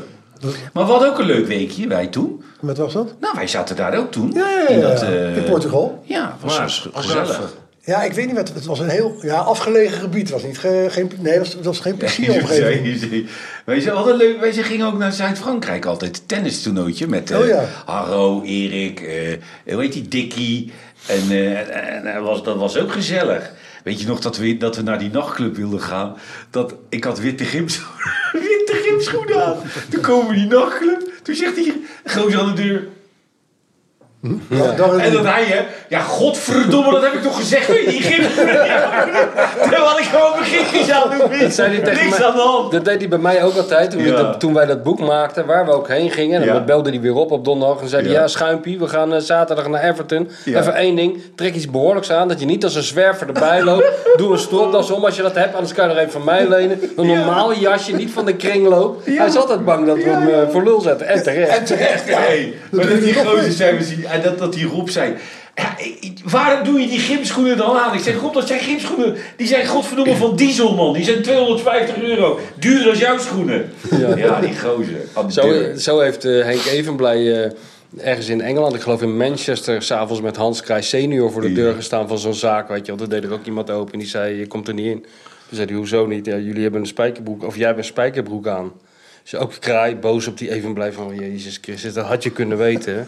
[SPEAKER 4] Maar we hadden ook een leuk weekje, wij toen.
[SPEAKER 5] En Wat was dat?
[SPEAKER 4] Nou, wij zaten daar ook toen.
[SPEAKER 5] Ja, ja, ja.
[SPEAKER 4] In, dat,
[SPEAKER 5] ja.
[SPEAKER 4] eh,
[SPEAKER 5] in Portugal.
[SPEAKER 4] Ja, was,
[SPEAKER 3] Maar,
[SPEAKER 4] was
[SPEAKER 3] als
[SPEAKER 4] gezellig.
[SPEAKER 3] even.
[SPEAKER 5] Ja, ik weet niet wat. Het was een heel ja, afgelegen gebied. Het was niet ge- geen, nee, het was, het was geen plezieromgeving.
[SPEAKER 4] [laughs] Weet je, wat een leuk. Wij gingen ook naar Zuid-Frankrijk altijd. Tennis toernooitje met eh,
[SPEAKER 5] Oh ja.
[SPEAKER 4] Harro, Erik, eh hoe heet die, Dikkie. En, eh, en- en, en was, dat was ook gezellig. Weet je nog dat we, dat we naar die nachtclub wilden gaan? Dat, ik had witte, gyms, [laughs] witte gymschoenen aan. Toen komen we die nachtclub. Toen zegt die gozer aan de deur...
[SPEAKER 5] Ja, dat-
[SPEAKER 4] En dat hij, hè? Ja, godverdomme, dat heb ik toch gezegd? Weet je, die gymschoenen. [laughs] Ja, Terwijl had ik gewoon mijn gymsjes aan het doen.
[SPEAKER 2] Dat zei hij tegen
[SPEAKER 4] Niks
[SPEAKER 2] mij.
[SPEAKER 4] aan de hand.
[SPEAKER 2] Dat deed hij bij mij ook altijd. Toen, we
[SPEAKER 4] Ja.
[SPEAKER 2] dat- toen wij dat boek maakten, waar we ook heen gingen. En
[SPEAKER 4] Ja.
[SPEAKER 2] dan belde hij weer op op donderdag. En zei hij,
[SPEAKER 4] Ja.
[SPEAKER 2] ja, schuimpie, we gaan eh, zaterdag naar Everton.
[SPEAKER 4] Ja.
[SPEAKER 2] Even één ding, trek iets behoorlijks aan. Dat je niet als een zwerver erbij
[SPEAKER 4] [laughs]
[SPEAKER 2] loopt. Doe een stropdas om als je dat hebt. Anders kan je er even van mij lenen. Een normaal jasje, niet van de kringloop. Hij is altijd bang dat we hem eh, voor lul zetten. En terecht.
[SPEAKER 4] Echt, ja. Hey, maar
[SPEAKER 5] doe
[SPEAKER 4] dat
[SPEAKER 5] je
[SPEAKER 4] die
[SPEAKER 5] toch
[SPEAKER 4] gozer
[SPEAKER 5] niet?
[SPEAKER 4] zei, we zien- en eh, dat, dat die Rob zei... Ja, ik- waarom doe je die gymschoenen dan aan? Ik zeg, God, dat zijn gymschoenen. Die zijn godverdomme van diesel, man. Die zijn 250 euro. Duurder als jouw schoenen. Ja, die gozer.
[SPEAKER 2] Zo, zo heeft eh, Henk Evenblij eh, ergens in Engeland, ik geloof in Manchester, s'avonds met Hans Krij senior voor de deur gestaan van zo'n zaak. Weet je, wel. daar deed er ook iemand open en die zei: Je komt er niet in. Toen zei hij: Hoezo niet? Ja, jullie hebben een spijkerbroek, of jij hebt een spijkerbroek aan. Dus ook Kraai, boos op die Evenblij van Jezus Christus, dat had je kunnen weten. hè."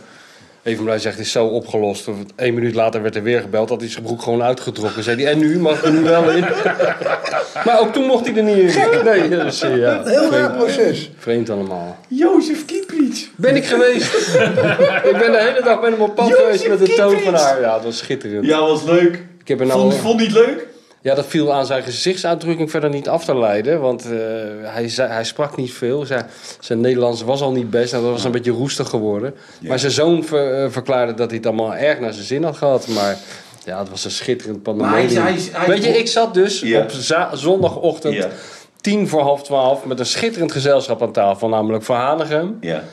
[SPEAKER 2] Evenblij zegt, het is zo opgelost. Eén minuut later werd er weer gebeld, had hij zijn broek gewoon uitgetrokken. Zei hij, en nu mag ik er nu wel
[SPEAKER 5] [laughs]
[SPEAKER 2] in. maar ook toen mocht hij er niet in. Nee, dus, eh, ja.
[SPEAKER 5] Een heel raar proces.
[SPEAKER 2] Vreemd allemaal.
[SPEAKER 4] Jozef Kieplits.
[SPEAKER 2] Ben ik geweest. ik ben de hele dag met hem op pad
[SPEAKER 4] Jozef
[SPEAKER 2] geweest met de toon van
[SPEAKER 4] Kieprits.
[SPEAKER 2] haar. Ja, dat was schitterend.
[SPEAKER 4] Ja, was leuk.
[SPEAKER 2] Ik heb er nou
[SPEAKER 4] Vond, vond die het leuk?
[SPEAKER 2] Ja, dat viel aan zijn gezichtsuitdrukking verder niet af te leiden. Want eh, hij, zei, hij sprak niet veel. Zijn, zijn Nederlands was al niet best. En dat was een beetje roestig geworden. Maar zijn zoon ver- eh, verklaarde dat hij het allemaal erg naar zijn zin had gehad. Maar ja, het was een schitterend
[SPEAKER 4] Maar
[SPEAKER 2] pandemonium.
[SPEAKER 4] hij- hij- hij-
[SPEAKER 2] Weet je, ik zat dus
[SPEAKER 4] Ja.
[SPEAKER 2] op za- zondagochtend...
[SPEAKER 4] Ja.
[SPEAKER 2] Tien voor half twaalf met een schitterend gezelschap aan tafel, namelijk Van Hanegem,
[SPEAKER 4] Ja.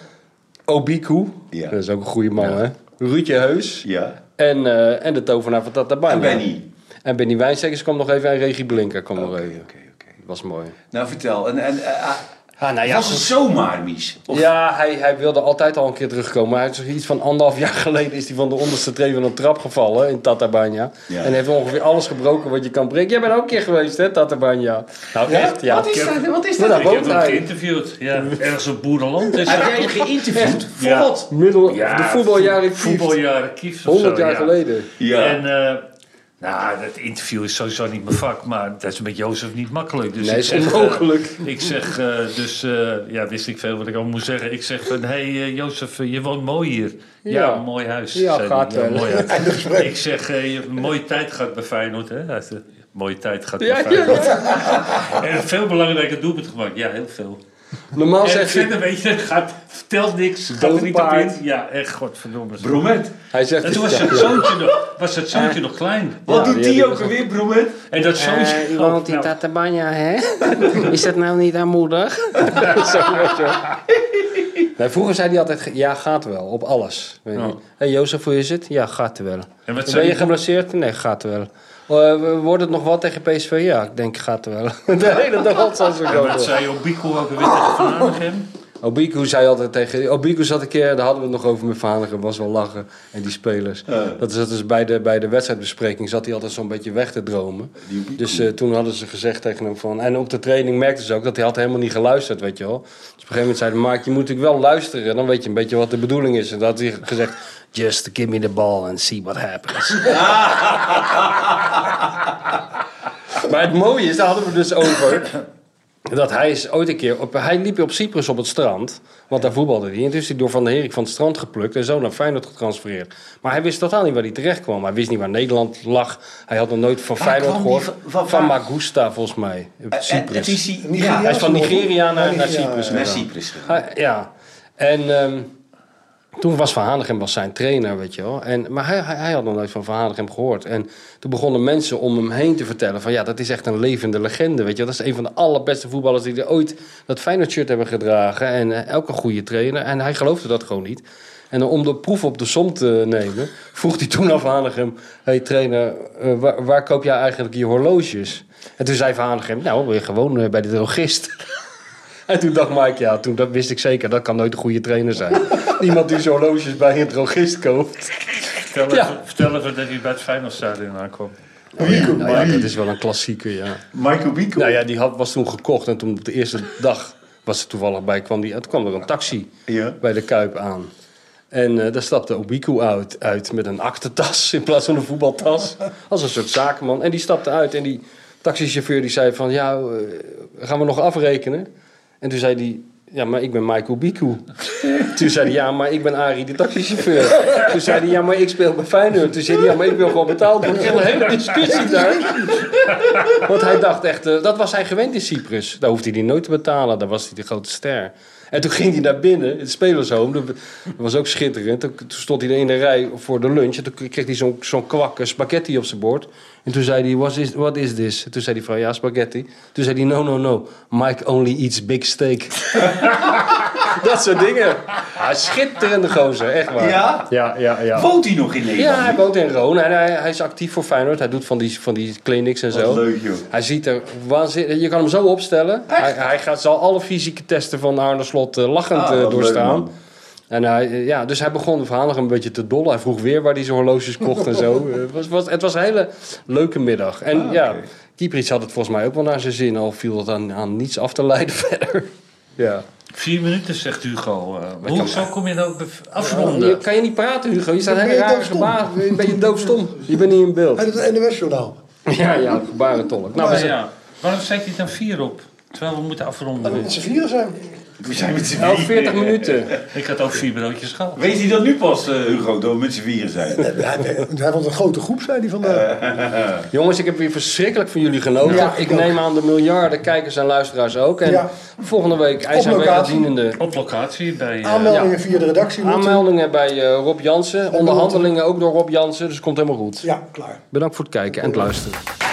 [SPEAKER 2] Obiku.
[SPEAKER 4] Ja.
[SPEAKER 2] Dat is ook een goede man, hè? Ruudje Heus.
[SPEAKER 4] Ja.
[SPEAKER 2] En, eh, en de tovenaar van Tata Banjo.
[SPEAKER 4] En Benny.
[SPEAKER 2] En Benny Wijnstekers kwam nog even. En Regie Blinker kwam nog even.
[SPEAKER 4] Oké, oké.
[SPEAKER 2] Dat was mooi.
[SPEAKER 4] Nou, vertel. En, en, eh, ah,
[SPEAKER 2] Ah, nou
[SPEAKER 4] was het zomaar, Mies? Of-
[SPEAKER 2] Ja, hij, hij wilde altijd al een keer terugkomen. Maar hij is iets van anderhalf [laughs] jaar geleden is hij van de onderste trede van een trap gevallen in Tatabanya.
[SPEAKER 4] Ja.
[SPEAKER 2] En heeft ongeveer alles gebroken wat je kan breken. Jij bent ook een keer geweest, hè, Tatabanya? Nou, echt, ja.
[SPEAKER 4] Wat is
[SPEAKER 2] Ik heb-
[SPEAKER 4] dat? Wat is
[SPEAKER 2] Ja,
[SPEAKER 4] dat?
[SPEAKER 2] daar
[SPEAKER 3] Ik heb
[SPEAKER 2] woont
[SPEAKER 3] hem
[SPEAKER 2] hij.
[SPEAKER 3] geïnterviewd. Ja, ergens op Boerenland is
[SPEAKER 4] Heb
[SPEAKER 3] dat.
[SPEAKER 4] jij hem geïnterviewd? Voor
[SPEAKER 3] Ja.
[SPEAKER 4] wat?
[SPEAKER 2] Middel,
[SPEAKER 3] Ja,
[SPEAKER 2] de voetbaljaren in Kieft.
[SPEAKER 3] Voetbaljaren Kieft of
[SPEAKER 2] 100
[SPEAKER 3] zo,
[SPEAKER 2] jaar
[SPEAKER 3] ja.
[SPEAKER 2] geleden.
[SPEAKER 4] Ja.
[SPEAKER 3] En, eh, nou, dat interview is sowieso niet mijn vak, maar dat is met Jozef niet makkelijk. Dus
[SPEAKER 2] Nee,
[SPEAKER 3] ik
[SPEAKER 2] is
[SPEAKER 3] zeg, eh,
[SPEAKER 2] onmogelijk.
[SPEAKER 3] ik zeg, eh, dus, eh, ja, wist ik veel wat ik al moest zeggen. Ik zeg van, hé hey, eh, Jozef, eh, je woont mooi hier. Ja,
[SPEAKER 2] Ja.
[SPEAKER 3] mooi huis.
[SPEAKER 2] Ja,
[SPEAKER 3] zei hij.
[SPEAKER 2] gaat wel.
[SPEAKER 3] mooi
[SPEAKER 2] [laughs]
[SPEAKER 3] huis. ik zeg, eh, je hebt een mooie tijd gehad bij Feyenoord, hè? Hij zegt, Mooie tijd gehad bij
[SPEAKER 2] Ja, ja,
[SPEAKER 3] Feyenoord. En veel belangrijke doelpunt gemaakt. Ja, heel veel.
[SPEAKER 2] Normaal
[SPEAKER 3] en
[SPEAKER 2] zeg je...
[SPEAKER 3] verder, weet je, gaat, vertelt niks. Gaat er niet op in.
[SPEAKER 2] Doodpaard.
[SPEAKER 3] Ja, echt, godverdomme.
[SPEAKER 4] Bromet.
[SPEAKER 2] Hij zegt...
[SPEAKER 3] En toen was
[SPEAKER 2] Ja.
[SPEAKER 3] het zoontje nog, was het zoontje nog klein.
[SPEAKER 4] Wat doet
[SPEAKER 2] die
[SPEAKER 4] die
[SPEAKER 2] heb ik
[SPEAKER 4] ook alweer, Bromet?
[SPEAKER 3] En dat zoontje...
[SPEAKER 6] Eh, iemand die
[SPEAKER 3] Nou,
[SPEAKER 6] Tatabanya, hè? [laughs] Is dat nou niet aanmoedig?
[SPEAKER 2] [laughs] Zo, weet je wel. Nee, vroeger zei hij altijd, ja, gaat wel, op alles. Weet je.
[SPEAKER 3] Ja.
[SPEAKER 2] Hey, Jozef, hoe is het? Ja, gaat wel.
[SPEAKER 3] En wat
[SPEAKER 2] ben
[SPEAKER 3] zei
[SPEAKER 2] je
[SPEAKER 3] je?
[SPEAKER 2] geblesseerd? Nee, gaat wel. Eh, wordt het nog wat tegen PSV? Ja, ik denk gaat wel. [laughs] De hele dag had
[SPEAKER 3] [laughs]
[SPEAKER 2] ze zo
[SPEAKER 3] Wat zei je op Bico ook weer tegen Van Hanegem?
[SPEAKER 2] Obiku zei altijd tegen... Obiku zat een keer, daar hadden we het nog over met Vanigem, was wel lachen. En die spelers. Dat is dat dus bij de, bij de wedstrijdbespreking zat hij altijd zo'n beetje weg te dromen. Dus eh, toen hadden ze gezegd tegen hem van... En op de training merkten ze ook dat hij had helemaal niet geluisterd, weet je wel. Dus op een gegeven moment zeiden Mark, je moet natuurlijk wel luisteren. Dan weet je een beetje wat de bedoeling is. En dat had hij gezegd... Just give me the ball and see what happens. Maar het mooie is, daar hadden we dus over. Dat hij is ooit een keer. Op, hij liep op Cyprus op het strand. Want daar voetbalde hij. En toen is hij door Van der Herik van het strand geplukt. En zo naar Feyenoord getransfereerd. Maar hij wist totaal niet waar hij terecht kwam. Hij wist niet waar Nederland lag. Hij had nog nooit van Feyenoord
[SPEAKER 4] kwam die
[SPEAKER 2] gehoord.
[SPEAKER 4] van- van-
[SPEAKER 2] Van
[SPEAKER 4] waar?
[SPEAKER 2] Magusta volgens mij. Op
[SPEAKER 4] En eh, het is
[SPEAKER 2] Cyprus.
[SPEAKER 4] die...
[SPEAKER 5] Nigeria.
[SPEAKER 2] Hij is van Nigeria naar, naar
[SPEAKER 5] Nigeria,
[SPEAKER 2] Cyprus
[SPEAKER 5] ja.
[SPEAKER 4] Naar
[SPEAKER 2] gegaan.
[SPEAKER 4] Cyprus gegaan.
[SPEAKER 2] Ah, ja. En ehm, toen was Van Hanegem was zijn trainer, weet je wel. En, maar hij, hij, hij had nog nooit van Van Hanegem gehoord. En toen begonnen mensen om hem heen te vertellen van... ja, dat is echt een levende legende, weet je wel. Dat is een van de allerbeste voetballers die er ooit dat Feyenoord-shirt hebben gedragen. En eh, elke goede trainer. En hij geloofde dat gewoon niet. En om de proef op de som te nemen, vroeg hij toen aan Van Hanegem... hey, trainer, eh, waar, waar koop jij eigenlijk je horloges? En toen zei Van Hanegem, nou, weer gewoon eh, bij de drogist. En toen dacht Mike, ja, toen dat wist ik zeker, dat kan nooit een goede trainer
[SPEAKER 4] [laughs]
[SPEAKER 2] zijn. Iemand die zo'n horloges bij een drogist koopt.
[SPEAKER 3] Vertel even,
[SPEAKER 2] Ja.
[SPEAKER 3] vertel even dat hij bij het Feyenoordstadion aankwam.
[SPEAKER 2] Nou ja, dat is wel een klassieker, ja.
[SPEAKER 4] Michael Bico.
[SPEAKER 2] Nou ja, die had, was toen gekocht en toen op de eerste dag was er toevallig bij, kwam, die, toen kwam er een taxi
[SPEAKER 4] Ja.
[SPEAKER 2] bij de Kuip aan. En eh, daar stapte Obiku uit, uit met een aktentas in plaats van een voetbaltas. Als een soort zakenman. En die stapte uit en die taxichauffeur die zei van, ja, eh, gaan we nog afrekenen? En toen zei hij, ja, maar ik ben Michael Biku. Toen zei hij, ja, maar ik ben Arie de taxichauffeur. Toen zei hij, ja, maar ik speel bij Feyenoord. Toen zei hij, ja, maar ik wil gewoon betaald worden. Er was een hele discussie daar. Want hij dacht echt, eh, dat was hij gewend in Cyprus. Daar hoefde hij die nooit te betalen, daar was hij de grote ster. En toen ging hij naar binnen, het spelershome, dat dat was ook schitterend. Toen toen stond hij in de rij voor de lunch en toen kreeg hij zo'n zo'n kwak eh, spaghetti op zijn bord. En toen zei hij, what is, what is this? En toen zei die vrouw, ja, spaghetti. Toen zei hij, no, no, no, Mike only eats big steak. [laughs] dat soort dingen. Ja, schitterende gozer, echt waar.
[SPEAKER 4] Ja?
[SPEAKER 2] Ja, ja, ja.
[SPEAKER 4] Woont hij nog in Nederland?
[SPEAKER 2] Ja, hij woont in Roon. Hij, hij, hij is actief voor Feyenoord. Hij doet van die, van die clinics en
[SPEAKER 4] Wat
[SPEAKER 2] zo.
[SPEAKER 4] leuk, joh.
[SPEAKER 2] Hij ziet er waanzinnig... Je kan hem zo opstellen. Hij, hij gaat, zal alle fysieke testen van Arne Slot eh, lachend
[SPEAKER 4] Ah,
[SPEAKER 2] eh,
[SPEAKER 4] wat leuk,
[SPEAKER 2] doorstaan.
[SPEAKER 4] man.
[SPEAKER 2] en hij, eh, ja, dus hij begon nog een beetje te dollen. Hij vroeg weer waar hij zijn horloges kocht en
[SPEAKER 4] [laughs]
[SPEAKER 2] zo. Eh, Het was, was, het was een hele leuke middag. En
[SPEAKER 4] Ah,
[SPEAKER 2] ja, Kieprits had het volgens mij ook wel naar zijn zin. Al viel dat aan, aan niets af te leiden [laughs] verder. Ja.
[SPEAKER 3] Vier minuten, zegt Hugo. Eh, hoe, zo kom je nou bev- afronden?
[SPEAKER 2] Je, kan je niet praten, Hugo? Je staat
[SPEAKER 5] Dan
[SPEAKER 2] heel
[SPEAKER 5] ben je
[SPEAKER 2] raar
[SPEAKER 5] doofstom.
[SPEAKER 2] gebaar. Ben je doofstom? Je bent niet in beeld.
[SPEAKER 5] En het NOS-journaal.
[SPEAKER 2] [laughs] Ja, ja, gebarentolk. Nou, we
[SPEAKER 3] Maar
[SPEAKER 2] zijn
[SPEAKER 3] ja, waarom zet je dan vier op? Terwijl we moeten afronden.
[SPEAKER 5] Met z'n vieren zijn.
[SPEAKER 4] We zijn met z'n
[SPEAKER 2] elk
[SPEAKER 4] vieren.
[SPEAKER 2] 40 minuten.
[SPEAKER 3] Ik had ook vier broodjes gehad.
[SPEAKER 4] Weet hij dat nu pas, eh, Hugo, dat we met z'n vieren zijn?
[SPEAKER 5] Hij, hij vond een grote groep, zei hij vandaag.
[SPEAKER 2] Jongens, ik heb weer verschrikkelijk van jullie genoten.
[SPEAKER 5] Ja,
[SPEAKER 2] ik
[SPEAKER 5] ik ook.
[SPEAKER 2] neem aan de miljarden kijkers en luisteraars ook. En
[SPEAKER 5] Ja.
[SPEAKER 2] volgende week
[SPEAKER 5] locatie.
[SPEAKER 2] ijzerwegendienende
[SPEAKER 3] Op locatie bij... eh,
[SPEAKER 5] Aanmeldingen via de redactie. Lotte.
[SPEAKER 2] aanmeldingen bij eh, Rob Jansen. Onderhandelingen ook door Rob Jansen, dus het komt helemaal goed.
[SPEAKER 5] Ja, klaar.
[SPEAKER 2] Bedankt voor het kijken en het luisteren.